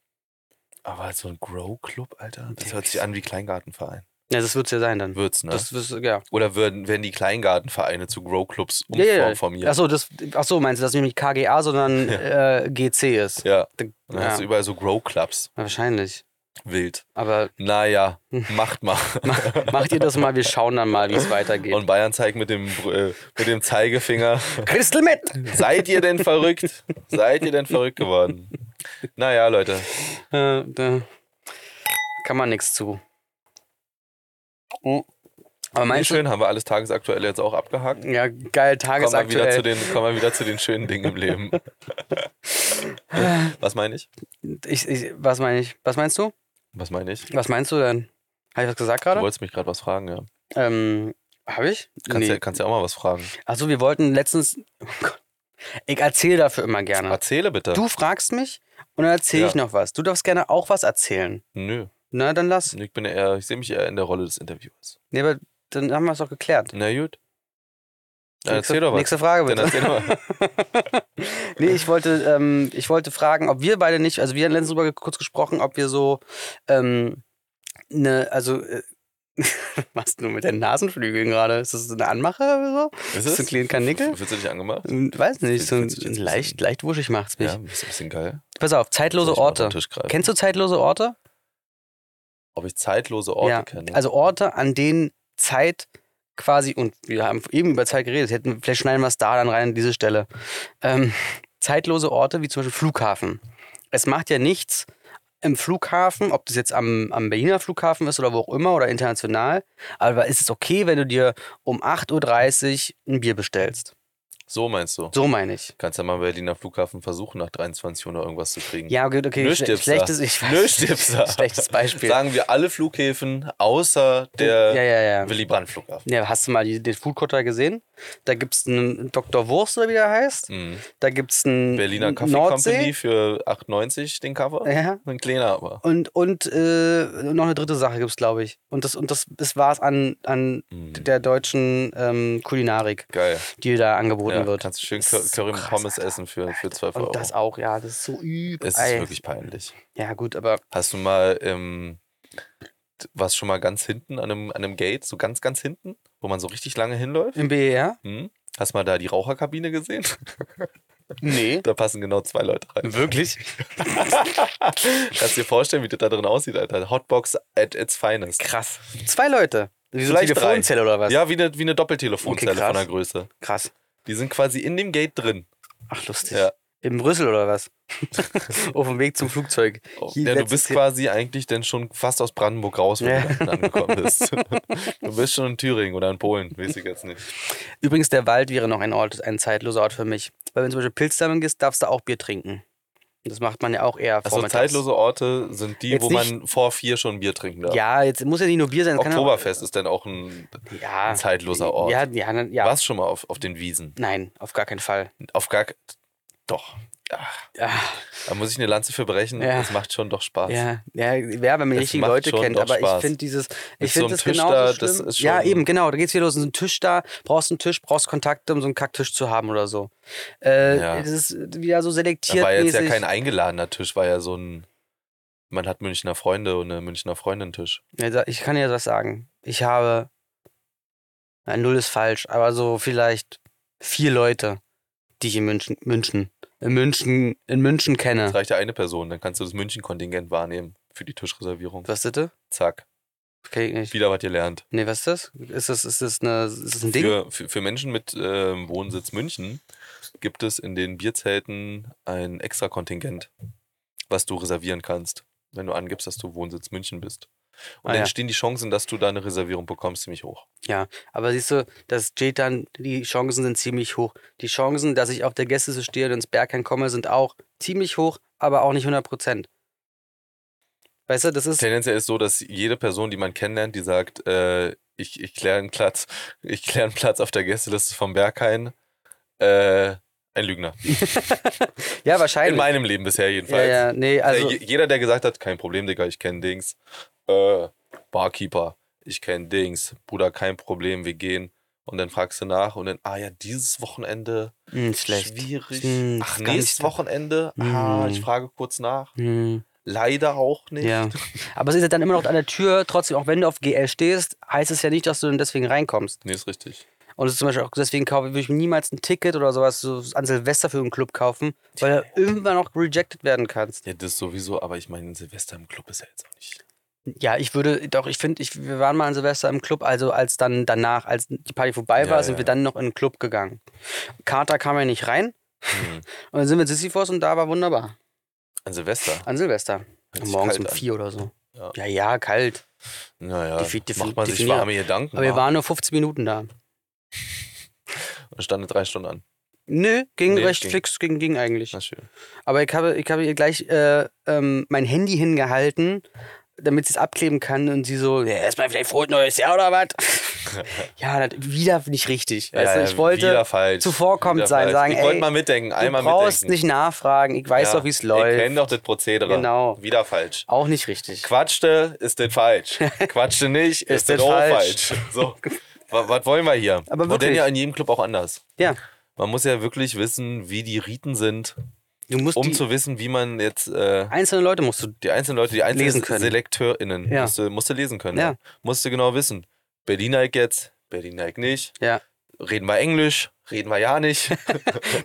[SPEAKER 1] Aber halt so ein Grow-Club, Alter, das hört sich an wie Kleingartenverein.
[SPEAKER 2] Ja, das wird es ja sein dann.
[SPEAKER 1] Wird's, ne?
[SPEAKER 2] Das, das, ja.
[SPEAKER 1] Oder werden, werden die Kleingartenvereine zu Grow-Clubs
[SPEAKER 2] Ja, ja, Also, ja.
[SPEAKER 1] umformiert?
[SPEAKER 2] Achso, das, ach so, meinst du, dass es nicht KGA, sondern äh, GC ist?
[SPEAKER 1] Ja.
[SPEAKER 2] Dann-
[SPEAKER 1] Und dann
[SPEAKER 2] ja.
[SPEAKER 1] hast du überall so Grow-Clubs.
[SPEAKER 2] Wahrscheinlich.
[SPEAKER 1] Wild.
[SPEAKER 2] Aber
[SPEAKER 1] Naja, macht mal.
[SPEAKER 2] macht ihr das mal, wir schauen dann mal, wie es weitergeht.
[SPEAKER 1] Und Bayern zeigt mit dem, äh, mit dem Zeigefinger.
[SPEAKER 2] Christel mit!
[SPEAKER 1] Seid ihr denn verrückt? Seid ihr denn verrückt geworden? Naja, Leute.
[SPEAKER 2] Äh, da kann man nichts zu.
[SPEAKER 1] Oh.
[SPEAKER 2] Aber
[SPEAKER 1] Wie
[SPEAKER 2] meinst du,
[SPEAKER 1] schön, haben wir alles Tagesaktuell jetzt auch abgehakt.
[SPEAKER 2] ja, geil,
[SPEAKER 1] Kommen wir, wieder zu
[SPEAKER 2] tagesaktuell.
[SPEAKER 1] den, kommen wir wieder zu den schönen Dingen im Leben. Was meine ich?
[SPEAKER 2] Ich, ich, was meine ich? Was meinst du?
[SPEAKER 1] Was meine ich?
[SPEAKER 2] Was meinst du denn? Habe ich was gesagt
[SPEAKER 1] Du
[SPEAKER 2] gerade?
[SPEAKER 1] wolltest mich gerade was fragen, ja.
[SPEAKER 2] Ähm, Habe ich?
[SPEAKER 1] Kannst, ja. kannst ja auch mal was fragen.
[SPEAKER 2] Also wir wollten letztens. Oh Gott. Ich erzähle dafür immer gerne.
[SPEAKER 1] Erzähle bitte.
[SPEAKER 2] Du fragst mich und dann erzähle
[SPEAKER 1] Ja.
[SPEAKER 2] ich noch was. Du darfst gerne auch was erzählen.
[SPEAKER 1] Nö.
[SPEAKER 2] Na, dann lass.
[SPEAKER 1] Ich bin eher, ich sehe mich eher in der Rolle des Interviewers.
[SPEAKER 2] Nee, aber dann haben wir es doch geklärt.
[SPEAKER 1] Na gut. Dann
[SPEAKER 2] nächste,
[SPEAKER 1] erzähl doch was.
[SPEAKER 2] nächste Frage
[SPEAKER 1] Dann
[SPEAKER 2] bitte.
[SPEAKER 1] erzähl doch mal.
[SPEAKER 2] Nee, ich wollte, ähm, ich wollte fragen, ob wir beide nicht, also wir haben letztens drüber ge- kurz gesprochen, ob wir so ähm, eine, also äh, was nur mit den Nasenflügeln gerade? Ist das so eine Anmache oder so?
[SPEAKER 1] Ist
[SPEAKER 2] Ist das ein
[SPEAKER 1] es?
[SPEAKER 2] kleiner Kanickel?
[SPEAKER 1] Fühlst du dich angemacht?
[SPEAKER 2] Hm, Weiß nicht, so ein,
[SPEAKER 1] Findest du das
[SPEAKER 2] leicht, leicht wuschig macht's mich.
[SPEAKER 1] Ja, ist ein bisschen geil.
[SPEAKER 2] Pass auf, zeitlose
[SPEAKER 1] Soll ich mal auf
[SPEAKER 2] Orte.
[SPEAKER 1] den Tisch greifen?
[SPEAKER 2] Kennst du zeitlose Orte?
[SPEAKER 1] Ob ich zeitlose Orte ne?
[SPEAKER 2] ja.
[SPEAKER 1] kenne?
[SPEAKER 2] Also Orte, an denen Zeit quasi, und wir haben eben über Zeit geredet, hätten, vielleicht schneiden wir es da dann rein an diese Stelle. Ähm, zeitlose Orte wie zum Beispiel Flughafen. Es macht ja nichts im Flughafen, ob das jetzt am, am Berliner Flughafen ist oder wo auch immer oder international, aber ist es okay, wenn du dir um 8.30 Uhr ein Bier bestellst?
[SPEAKER 1] so meinst du?
[SPEAKER 2] So meine ich.
[SPEAKER 1] Kannst ja mal am Berliner Flughafen versuchen, nach 23 Uhr noch irgendwas zu kriegen.
[SPEAKER 2] Ja, okay, okay.
[SPEAKER 1] Nö,
[SPEAKER 2] schle-
[SPEAKER 1] Stipser.
[SPEAKER 2] schlechtes, ich weiß,
[SPEAKER 1] Nö, Stipser.
[SPEAKER 2] schlechtes Beispiel.
[SPEAKER 1] Sagen wir alle Flughäfen außer der
[SPEAKER 2] ja, ja, ja.
[SPEAKER 1] Willy Brandt Flughafen.
[SPEAKER 2] Ja, hast du mal die, den Food Court da gesehen? Da gibt es einen Dr. Wurst, oder wie der heißt.
[SPEAKER 1] Mhm.
[SPEAKER 2] Da gibt es einen
[SPEAKER 1] Berliner Kaffee Company
[SPEAKER 2] Nordsee.
[SPEAKER 1] für 8,90 den Cover.
[SPEAKER 2] Ja.
[SPEAKER 1] Ein kleiner aber.
[SPEAKER 2] Und, und äh, noch eine dritte Sache gibt es, glaube ich. Und das, und das, das war es an, an
[SPEAKER 1] Mhm.
[SPEAKER 2] der deutschen ähm, Kulinarik,
[SPEAKER 1] Geil.
[SPEAKER 2] die da angeboten
[SPEAKER 1] Ja,
[SPEAKER 2] wird.
[SPEAKER 1] kannst du schön
[SPEAKER 2] Das
[SPEAKER 1] Cur-
[SPEAKER 2] ist so
[SPEAKER 1] Curry mit
[SPEAKER 2] krass,
[SPEAKER 1] Pommes
[SPEAKER 2] Alter.
[SPEAKER 1] essen für, für 12 Euro.
[SPEAKER 2] Und das auch, ja, das ist so übel.
[SPEAKER 1] es ist
[SPEAKER 2] Ey.
[SPEAKER 1] wirklich peinlich.
[SPEAKER 2] Ja, gut, aber
[SPEAKER 1] Hast du mal, ähm, was schon mal ganz hinten an einem, an einem Gate, so ganz, ganz hinten, wo man so richtig lange hinläuft?
[SPEAKER 2] im E BER?
[SPEAKER 1] Hm? Hast du mal da die Raucherkabine gesehen?
[SPEAKER 2] Nee.
[SPEAKER 1] Da passen genau zwei Leute rein.
[SPEAKER 2] Wirklich?
[SPEAKER 1] Kannst dir vorstellen, wie das da drin aussieht, Alter. Hotbox at its finest.
[SPEAKER 2] Krass. Zwei Leute. Wie so eine
[SPEAKER 1] Vielleicht drei.
[SPEAKER 2] Telefonzelle oder was?
[SPEAKER 1] Ja, wie eine, wie eine Doppeltelefonzelle
[SPEAKER 2] Okay, krass.
[SPEAKER 1] von der Größe.
[SPEAKER 2] Krass.
[SPEAKER 1] Die sind quasi in dem Gate drin.
[SPEAKER 2] Ach, lustig.
[SPEAKER 1] Ja.
[SPEAKER 2] In Brüssel oder was? Auf dem Weg zum Flugzeug. Hier
[SPEAKER 1] Oh. Ja, du
[SPEAKER 2] letztes
[SPEAKER 1] bist
[SPEAKER 2] Jahr-
[SPEAKER 1] quasi eigentlich denn schon fast aus Brandenburg raus, wenn
[SPEAKER 2] Ja.
[SPEAKER 1] du da hinten angekommen bist. du bist schon in Thüringen oder in Polen, weiß ich jetzt nicht.
[SPEAKER 2] Übrigens, der Wald wäre noch ein Ort, ein zeitloser Ort für mich. Weil wenn du zum Beispiel Pilzsammeln gehst, darfst du auch Bier trinken. Und Das macht man ja auch eher
[SPEAKER 1] Also
[SPEAKER 2] vormittags.
[SPEAKER 1] zeitlose Orte sind die,
[SPEAKER 2] Jetzt
[SPEAKER 1] wo man vor vier schon Bier trinken darf.
[SPEAKER 2] Ja, jetzt muss ja nicht nur Bier sein. es kann
[SPEAKER 1] Oktoberfest ist dann auch ein
[SPEAKER 2] auch, ja,
[SPEAKER 1] zeitloser Ort.
[SPEAKER 2] Ja, ja, dann- ja.
[SPEAKER 1] Warst schon mal auf, auf den Wiesen?
[SPEAKER 2] Nein, auf gar keinen Fall.
[SPEAKER 1] Auf gar ke- Doch. Ach,
[SPEAKER 2] Ah,
[SPEAKER 1] da muss ich eine Lanze für brechen.
[SPEAKER 2] Ja.
[SPEAKER 1] Das macht schon doch Spaß.
[SPEAKER 2] ja, ja, ja, wenn man die
[SPEAKER 1] Es
[SPEAKER 2] richtigen
[SPEAKER 1] macht
[SPEAKER 2] Leute
[SPEAKER 1] schon
[SPEAKER 2] kennt.
[SPEAKER 1] doch
[SPEAKER 2] Aber
[SPEAKER 1] Spaß.
[SPEAKER 2] ich finde dieses,
[SPEAKER 1] Mit so
[SPEAKER 2] ich finde
[SPEAKER 1] einem
[SPEAKER 2] das
[SPEAKER 1] Tisch
[SPEAKER 2] genauso
[SPEAKER 1] da,
[SPEAKER 2] schlimm.
[SPEAKER 1] das ist schon-
[SPEAKER 2] ja, eben, genau. Da geht's wieder los. So ein Tisch da, brauchst einen Tisch, brauchst Kontakte, um so einen Kacktisch zu haben oder so. Äh,
[SPEAKER 1] Ja.
[SPEAKER 2] Das ist wieder so
[SPEAKER 1] Da
[SPEAKER 2] selektiert.
[SPEAKER 1] war jetzt ja
[SPEAKER 2] mäßig.
[SPEAKER 1] kein eingeladener Tisch, war ja so ein. Man hat Münchner Freunde und einen Münchner Freundentisch.
[SPEAKER 2] Ja, da- Ich kann dir was sagen. Ich habe. Na, null ist falsch, aber so vielleicht vier Leute, die ich in München, München, in München, in München
[SPEAKER 1] Es
[SPEAKER 2] kenne.
[SPEAKER 1] reicht ja eine Person, dann kannst du das München-Kontingent wahrnehmen für die Tischreservierung.
[SPEAKER 2] Was ist das?
[SPEAKER 1] Zack.
[SPEAKER 2] Kenn ich nicht.
[SPEAKER 1] Wieder was gelernt.
[SPEAKER 2] Nee, was ist das? Ist das, ist das, eine, ist das ein Ding?
[SPEAKER 1] Für, für, für Menschen mit ähm, Wohnsitz München gibt es in den Bierzelten ein extra Kontingent, was du reservieren kannst, wenn du angibst, dass du Wohnsitz München bist. Und
[SPEAKER 2] Ah,
[SPEAKER 1] dann
[SPEAKER 2] ja.
[SPEAKER 1] stehen die Chancen, dass du da eine Reservierung bekommst, ziemlich hoch.
[SPEAKER 2] Aber siehst du, das steht dann, die Chancen sind ziemlich hoch. Die Chancen, dass ich auf der Gästeliste stehe und ins Bergheim komme, sind auch ziemlich hoch, aber auch nicht 100 Prozent. Weißt du, das ist.
[SPEAKER 1] Tendenziell ist so, dass jede Person, die man kennenlernt, die sagt, äh, ich, ich kläre einen Platz, ich kläre einen Platz auf der Gästeliste vom Berghain, äh, Ein Lügner.
[SPEAKER 2] Ja,
[SPEAKER 1] In
[SPEAKER 2] wahrscheinlich.
[SPEAKER 1] meinem Leben bisher
[SPEAKER 2] ja,
[SPEAKER 1] jedenfalls.
[SPEAKER 2] ja, nee, also.
[SPEAKER 1] Äh, je- Jeder, der gesagt hat, kein Problem, Digga, ich kenne Dings. Äh, Barkeeper, ich kenne Dings. Bruder, kein Problem, wir gehen. Und dann fragst du nach und dann, ah ja, dieses Wochenende
[SPEAKER 2] mh, schlecht.
[SPEAKER 1] schwierig.
[SPEAKER 2] Hm,
[SPEAKER 1] Ach,
[SPEAKER 2] ist ganz
[SPEAKER 1] nächstes
[SPEAKER 2] schlecht.
[SPEAKER 1] Wochenende, ah,
[SPEAKER 2] Hm.
[SPEAKER 1] ich frage kurz nach.
[SPEAKER 2] Hm,
[SPEAKER 1] Leider auch nicht.
[SPEAKER 2] ja. Aber es ist ja dann immer noch an der Tür, trotzdem, auch wenn du auf GL stehst, heißt es ja nicht, dass du dann deswegen reinkommst.
[SPEAKER 1] Nee, ist richtig.
[SPEAKER 2] Und es ist zum Beispiel auch, deswegen kaufe, würde ich mir niemals ein Ticket oder sowas so an Silvester für einen Club kaufen, weil du irgendwann noch rejected werden kannst.
[SPEAKER 1] Ja, das sowieso, aber ich meine, Silvester im Club ist ja jetzt auch nicht.
[SPEAKER 2] Ja, ich würde, doch, ich finde, ich, wir waren mal an Silvester im Club, also als dann danach, als die Party vorbei
[SPEAKER 1] Ja,
[SPEAKER 2] war, sind
[SPEAKER 1] ja.
[SPEAKER 2] wir dann noch in den Club gegangen. Kater kam ja nicht rein
[SPEAKER 1] Hm.
[SPEAKER 2] und dann sind wir in Sisyphos und da war wunderbar.
[SPEAKER 1] An Silvester.
[SPEAKER 2] An Silvester.
[SPEAKER 1] Hört sich
[SPEAKER 2] morgens
[SPEAKER 1] kalt
[SPEAKER 2] um
[SPEAKER 1] an.
[SPEAKER 2] vier oder so.
[SPEAKER 1] Ja.
[SPEAKER 2] Ja, ja, kalt.
[SPEAKER 1] Naja,
[SPEAKER 2] Defi- defi-
[SPEAKER 1] macht man sich
[SPEAKER 2] definier-
[SPEAKER 1] warme Gedanken. ne?
[SPEAKER 2] Aber wir
[SPEAKER 1] wa?
[SPEAKER 2] waren nur 15 Minuten da.
[SPEAKER 1] Und stand drei Stunden an.
[SPEAKER 2] Nö, ging
[SPEAKER 1] Nee,
[SPEAKER 2] recht
[SPEAKER 1] ging.
[SPEAKER 2] fix, ging, ging eigentlich.
[SPEAKER 1] Na schön.
[SPEAKER 2] Aber ich habe, ich habe ihr gleich äh, ähm, mein Handy hingehalten, damit sie es abkleben kann und sie so, ja, erstmal vielleicht frohes neues Jahr oder was? ja, das, wieder nicht richtig. Weißt du, ich wollte
[SPEAKER 1] wieder falsch.
[SPEAKER 2] zuvorkommend
[SPEAKER 1] Wieder
[SPEAKER 2] sein,
[SPEAKER 1] falsch.
[SPEAKER 2] sagen,
[SPEAKER 1] Ich wollte
[SPEAKER 2] ey,
[SPEAKER 1] mal mitdenken,
[SPEAKER 2] du
[SPEAKER 1] einmal
[SPEAKER 2] brauchst
[SPEAKER 1] mitdenken.
[SPEAKER 2] nicht nachfragen, ich weiß doch, wie es
[SPEAKER 1] Ich
[SPEAKER 2] läuft.
[SPEAKER 1] kenne doch das Prozedere.
[SPEAKER 2] Genau.
[SPEAKER 1] Wieder falsch.
[SPEAKER 2] Auch nicht richtig.
[SPEAKER 1] Quatschte, ist das falsch. Quatschte nicht, ist, das auch falsch. So. Wa- Was wollen wir hier?
[SPEAKER 2] Aber
[SPEAKER 1] Wird denn
[SPEAKER 2] wirklich.
[SPEAKER 1] ja in jedem Club auch anders.
[SPEAKER 2] Ja,
[SPEAKER 1] Man muss ja wirklich wissen, wie die Riten sind,
[SPEAKER 2] du musst
[SPEAKER 1] um
[SPEAKER 2] die
[SPEAKER 1] zu wissen, wie man jetzt äh,
[SPEAKER 2] einzelnen Leute musst du.
[SPEAKER 1] die einzelnen Leute, die einzelnen
[SPEAKER 2] Lesen können.
[SPEAKER 1] SelekteurInnen,
[SPEAKER 2] Ja.
[SPEAKER 1] musst, du, musst du lesen können.
[SPEAKER 2] Ja.
[SPEAKER 1] ja. Musst du genau wissen. Berliner ich jetzt, Berliner ich nicht.
[SPEAKER 2] Ja.
[SPEAKER 1] Reden wir Englisch, reden wir ja nicht.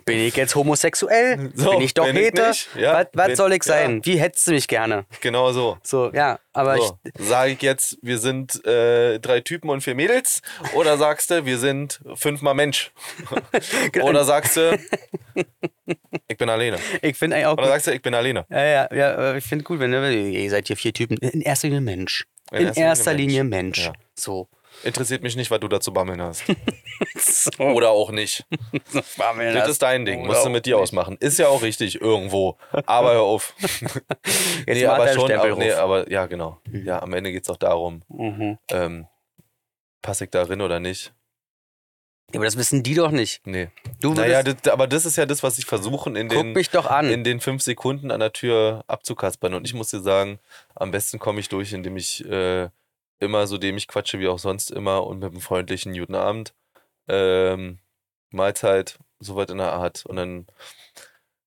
[SPEAKER 2] Bin ich jetzt homosexuell?
[SPEAKER 1] So,
[SPEAKER 2] bin ich doch
[SPEAKER 1] bin ich
[SPEAKER 2] Heter?
[SPEAKER 1] nicht? Ja,
[SPEAKER 2] was was
[SPEAKER 1] bin-
[SPEAKER 2] soll ich
[SPEAKER 1] ja.
[SPEAKER 2] sein? Wie hättest du mich gerne?
[SPEAKER 1] genau so.
[SPEAKER 2] So, ja, aber ich,
[SPEAKER 1] So, sage ich jetzt, wir sind äh, drei Typen und vier Mädels? Oder sagst du, wir sind fünfmal Mensch?
[SPEAKER 2] Genau.
[SPEAKER 1] Oder sagst du, ich bin alleine?
[SPEAKER 2] ich finde eigentlich auch.
[SPEAKER 1] Oder
[SPEAKER 2] gut-
[SPEAKER 1] sagst du, ich bin alleine?
[SPEAKER 2] Ja, ja, ja, aber ich finde gut, wenn du, ihr seid hier vier Typen. In erster Linie Mensch. In, erster, Linie Mensch.
[SPEAKER 1] Ja.
[SPEAKER 2] So.
[SPEAKER 1] Interessiert mich nicht, was du da zu bammeln hast.
[SPEAKER 2] so.
[SPEAKER 1] Oder auch nicht.
[SPEAKER 2] war mir
[SPEAKER 1] Oh. Das ist dein Ding.
[SPEAKER 2] Oder
[SPEAKER 1] Musst du
[SPEAKER 2] auch
[SPEAKER 1] mit dir
[SPEAKER 2] nicht.
[SPEAKER 1] ausmachen. Ist ja auch richtig, irgendwo. Aber hör auf.
[SPEAKER 2] Jetzt nee, aber schon, Stempel Mhm.
[SPEAKER 1] aber, nee,
[SPEAKER 2] drauf.
[SPEAKER 1] aber ja, genau. Ja, am Ende geht es auch darum,
[SPEAKER 2] Mhm.
[SPEAKER 1] ähm, passe ich da rein oder nicht?
[SPEAKER 2] Ja, aber das wissen die doch nicht.
[SPEAKER 1] Nee.
[SPEAKER 2] Du
[SPEAKER 1] Naja,
[SPEAKER 2] würdest,
[SPEAKER 1] das, aber das ist ja das, was ich versuchen in
[SPEAKER 2] guck
[SPEAKER 1] den
[SPEAKER 2] mich doch an.
[SPEAKER 1] in den fünf Sekunden an der Tür abzukaspern. Und ich muss dir sagen, am besten komme ich durch, indem ich äh, immer so dämlich quatsche wie auch sonst immer und mit einem freundlichen guten Abend, ähm, Mahlzeit, soweit in der Art. Und dann,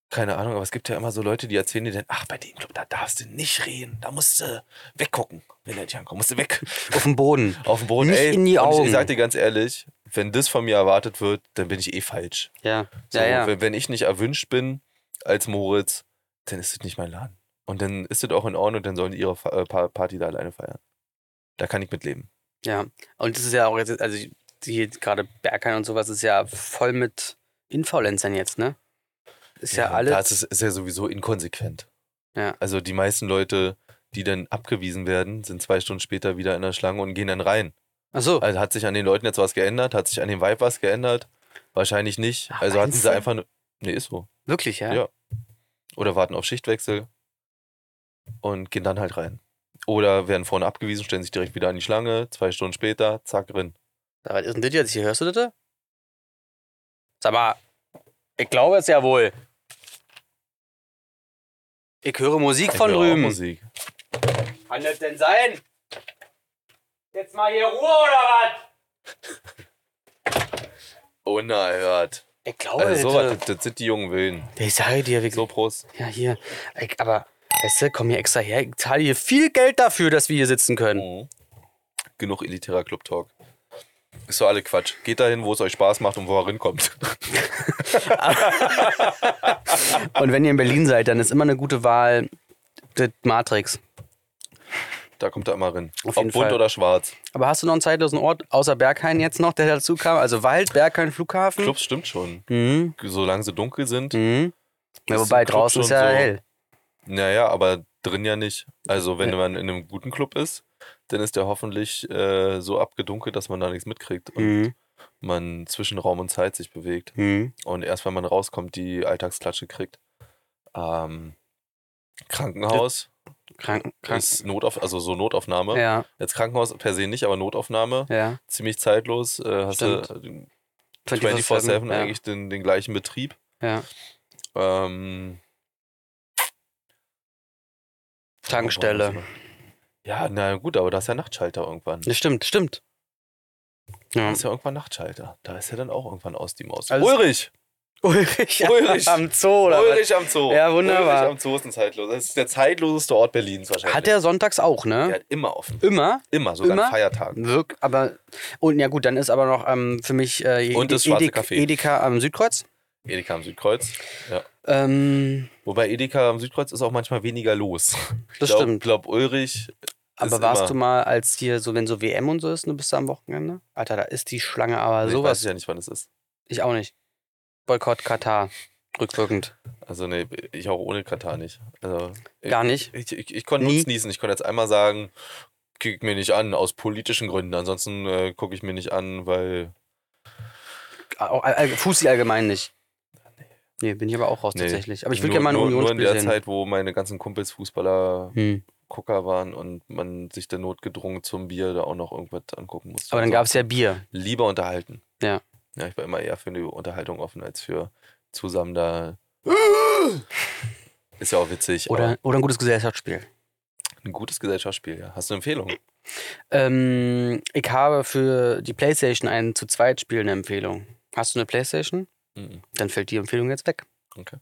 [SPEAKER 1] keine Ahnung, aber es gibt ja immer so Leute, die erzählen dir dann, ach, bei dem Club, da darfst du nicht reden, da musst du weggucken, wenn er dich ankommt, musst du weg
[SPEAKER 2] auf dem Boden.
[SPEAKER 1] auf den Boden.
[SPEAKER 2] Nicht
[SPEAKER 1] ey.
[SPEAKER 2] in die
[SPEAKER 1] und Ich,
[SPEAKER 2] Augen.
[SPEAKER 1] ich sag dir ganz ehrlich, wenn das von mir erwartet wird, dann bin ich eh falsch.
[SPEAKER 2] Ja,
[SPEAKER 1] So,
[SPEAKER 2] ja, ja.
[SPEAKER 1] Wenn, wenn ich nicht erwünscht bin als Moritz, dann ist das nicht mein Laden. Und dann ist das auch in Ordnung, dann sollen die ihre Fa- äh, Pa- Party da alleine feiern. Da kann ich mitleben.
[SPEAKER 2] ja. Und das ist ja auch jetzt, also hier gerade Berghain und sowas ist ja voll mit Influencern jetzt, ne? Ist ja, alles.
[SPEAKER 1] Das ist, ist ja sowieso inkonsequent.
[SPEAKER 2] Ja.
[SPEAKER 1] Also die meisten Leute, die dann abgewiesen werden, sind zwei Stunden später wieder in der Schlange und gehen dann rein.
[SPEAKER 2] Achso.
[SPEAKER 1] Also hat sich an den Leuten jetzt was geändert? Hat sich an dem Vibe was geändert? Wahrscheinlich nicht.
[SPEAKER 2] Ach,
[SPEAKER 1] Also hatten
[SPEAKER 2] meinst
[SPEAKER 1] sie
[SPEAKER 2] du?
[SPEAKER 1] einfach. nur- Nee, ist so.
[SPEAKER 2] Wirklich, ja?
[SPEAKER 1] Ja. Oder warten auf Schichtwechsel und gehen dann halt rein. Oder werden vorne abgewiesen, stellen sich direkt wieder an die Schlange, zwei Stunden später, zack, drin.
[SPEAKER 2] Aber Was ist denn das jetzt hier? Hörst du das? Sag mal, ich glaube es ja wohl. Ich höre Musik von
[SPEAKER 1] Ich höre auch
[SPEAKER 2] drüben.
[SPEAKER 1] Musik.
[SPEAKER 2] Kann das denn sein? Jetzt mal hier Ruhe oder was?
[SPEAKER 1] Unerhört.
[SPEAKER 2] Ich glaube
[SPEAKER 1] Also
[SPEAKER 2] also,
[SPEAKER 1] sowas,
[SPEAKER 2] das.
[SPEAKER 1] das, das sind die jungen Wilden.
[SPEAKER 2] Ich sage dir, wir
[SPEAKER 1] So, Prost.
[SPEAKER 2] Ja, hier. Ich, aber, weißt du, komm hier extra her. Ich zahle hier viel Geld dafür, dass wir hier sitzen können.
[SPEAKER 1] Genug elitärer Club-Talk. Ist so alle Quatsch. Geht dahin, wo es euch Spaß macht und wo er rinkommt.
[SPEAKER 2] Oh. Und wenn ihr in Berlin seid, dann ist immer eine gute Wahl das Matrix.
[SPEAKER 1] Da kommt er immer rin.
[SPEAKER 2] Auf
[SPEAKER 1] Ob
[SPEAKER 2] jeden
[SPEAKER 1] bunt
[SPEAKER 2] Fall.
[SPEAKER 1] oder schwarz.
[SPEAKER 2] Aber hast du noch einen zeitlosen Ort außer Berghain jetzt noch, der dazu kam? Also Wald, Berghain, Flughafen?
[SPEAKER 1] Clubs stimmt schon.
[SPEAKER 2] Mhm.
[SPEAKER 1] Solange sie dunkel sind.
[SPEAKER 2] Mhm. Ja,
[SPEAKER 1] Ist
[SPEAKER 2] wobei
[SPEAKER 1] im Club
[SPEAKER 2] draußen
[SPEAKER 1] schon
[SPEAKER 2] ist ja
[SPEAKER 1] so-
[SPEAKER 2] hell.
[SPEAKER 1] Naja, aber drin ja nicht. Also, wenn man in einem guten Club ist, dann ist der hoffentlich äh, so abgedunkelt, dass man da nichts mitkriegt und
[SPEAKER 2] Mhm.
[SPEAKER 1] man zwischen Raum und Zeit sich bewegt.
[SPEAKER 2] Mhm.
[SPEAKER 1] Und erst wenn man rauskommt, die Alltagsklatsche kriegt. Ähm, Krankenhaus
[SPEAKER 2] Kranken,
[SPEAKER 1] ist Notauf also so Notaufnahme.
[SPEAKER 2] Ja,
[SPEAKER 1] Jetzt Krankenhaus per se nicht, aber Notaufnahme.
[SPEAKER 2] ja.
[SPEAKER 1] Ziemlich zeitlos. Äh, hast du 24-7 eigentlich den, den gleichen Betrieb.
[SPEAKER 2] Ja.
[SPEAKER 1] Ähm,
[SPEAKER 2] Tankstelle.
[SPEAKER 1] Ja, na gut, aber da ist ja Nachtschalter irgendwann.
[SPEAKER 2] Das stimmt, stimmt.
[SPEAKER 1] Da
[SPEAKER 2] Ja.
[SPEAKER 1] ist ja irgendwann Nachtschalter. Da ist ja dann auch irgendwann aus die Maus.
[SPEAKER 2] Also-
[SPEAKER 1] Ulrich!
[SPEAKER 2] Ulrich,
[SPEAKER 1] Ulrich.
[SPEAKER 2] am Zoo, oder? was?
[SPEAKER 1] Ulrich am Zoo.
[SPEAKER 2] Ja, wunderbar.
[SPEAKER 1] Ulrich am Zoo ist ein zeitloser. Das ist der zeitloseste Ort Berlins wahrscheinlich.
[SPEAKER 2] Hat er sonntags auch,
[SPEAKER 1] Der
[SPEAKER 2] ne?
[SPEAKER 1] hat immer offen.
[SPEAKER 2] Immer?
[SPEAKER 1] Immer, sogar
[SPEAKER 2] Immer?
[SPEAKER 1] an Feiertagen.
[SPEAKER 2] Wirk, aber, und ja gut, dann ist aber noch ähm, für mich äh,
[SPEAKER 1] Und das schwarze
[SPEAKER 2] Edeka-
[SPEAKER 1] Café.
[SPEAKER 2] Edeka am Südkreuz.
[SPEAKER 1] Edeka am Südkreuz. Ja.
[SPEAKER 2] Ähm,
[SPEAKER 1] Wobei Edeka am Südkreuz ist auch manchmal weniger los.
[SPEAKER 2] das
[SPEAKER 1] ich glaub,
[SPEAKER 2] stimmt.
[SPEAKER 1] glaub, Ulrich.
[SPEAKER 2] Aber
[SPEAKER 1] ist
[SPEAKER 2] warst
[SPEAKER 1] immer,
[SPEAKER 2] du mal, als hier so, wenn so WM und so ist, ne, bist du am Wochenende? Alter, da ist die Schlange aber
[SPEAKER 1] Nee, Ich weiß
[SPEAKER 2] Ah, sowas.
[SPEAKER 1] ja nicht, wann es ist.
[SPEAKER 2] Ich auch nicht. Boykott Katar. Rückwirkend.
[SPEAKER 1] Also nee, ich auch ohne Katar nicht. Also,
[SPEAKER 2] Gar nicht.
[SPEAKER 1] ich, ich, ich konnte
[SPEAKER 2] Nie.
[SPEAKER 1] nichts niesen. Ich konnte jetzt einmal sagen, kick mir nicht an, aus politischen Gründen. Ansonsten äh, gucke ich mir nicht an, weil.
[SPEAKER 2] Auch, all- all- Fußi allgemein nicht. Nee, bin ich aber auch raus
[SPEAKER 1] Nee.
[SPEAKER 2] tatsächlich. Aber ich würde
[SPEAKER 1] Nur-
[SPEAKER 2] gerne mal
[SPEAKER 1] nur, nur
[SPEAKER 2] ein
[SPEAKER 1] in
[SPEAKER 2] Unionsspiel
[SPEAKER 1] der
[SPEAKER 2] sehen.
[SPEAKER 1] Zeit, wo meine ganzen Kumpels Fußballer
[SPEAKER 2] Hm.
[SPEAKER 1] Gucker waren und man sich der Not gedrungen zum Bier da auch noch irgendwas angucken musste.
[SPEAKER 2] Aber dann
[SPEAKER 1] Also,
[SPEAKER 2] gab es ja Bier.
[SPEAKER 1] lieber unterhalten.
[SPEAKER 2] Ja.
[SPEAKER 1] Ja, ich war immer eher für eine Unterhaltung offen als für zusammen da. Ist ja auch witzig.
[SPEAKER 2] Oder,
[SPEAKER 1] aber
[SPEAKER 2] oder ein gutes Gesellschaftsspiel.
[SPEAKER 1] ein gutes Gesellschaftsspiel, ja. Hast du eine Empfehlung?
[SPEAKER 2] Ähm, ich habe für die Playstation ein zu zweit Spiel eine Empfehlung. Hast du eine Playstation?
[SPEAKER 1] Mhm.
[SPEAKER 2] Dann fällt die Empfehlung jetzt weg.
[SPEAKER 1] Okay.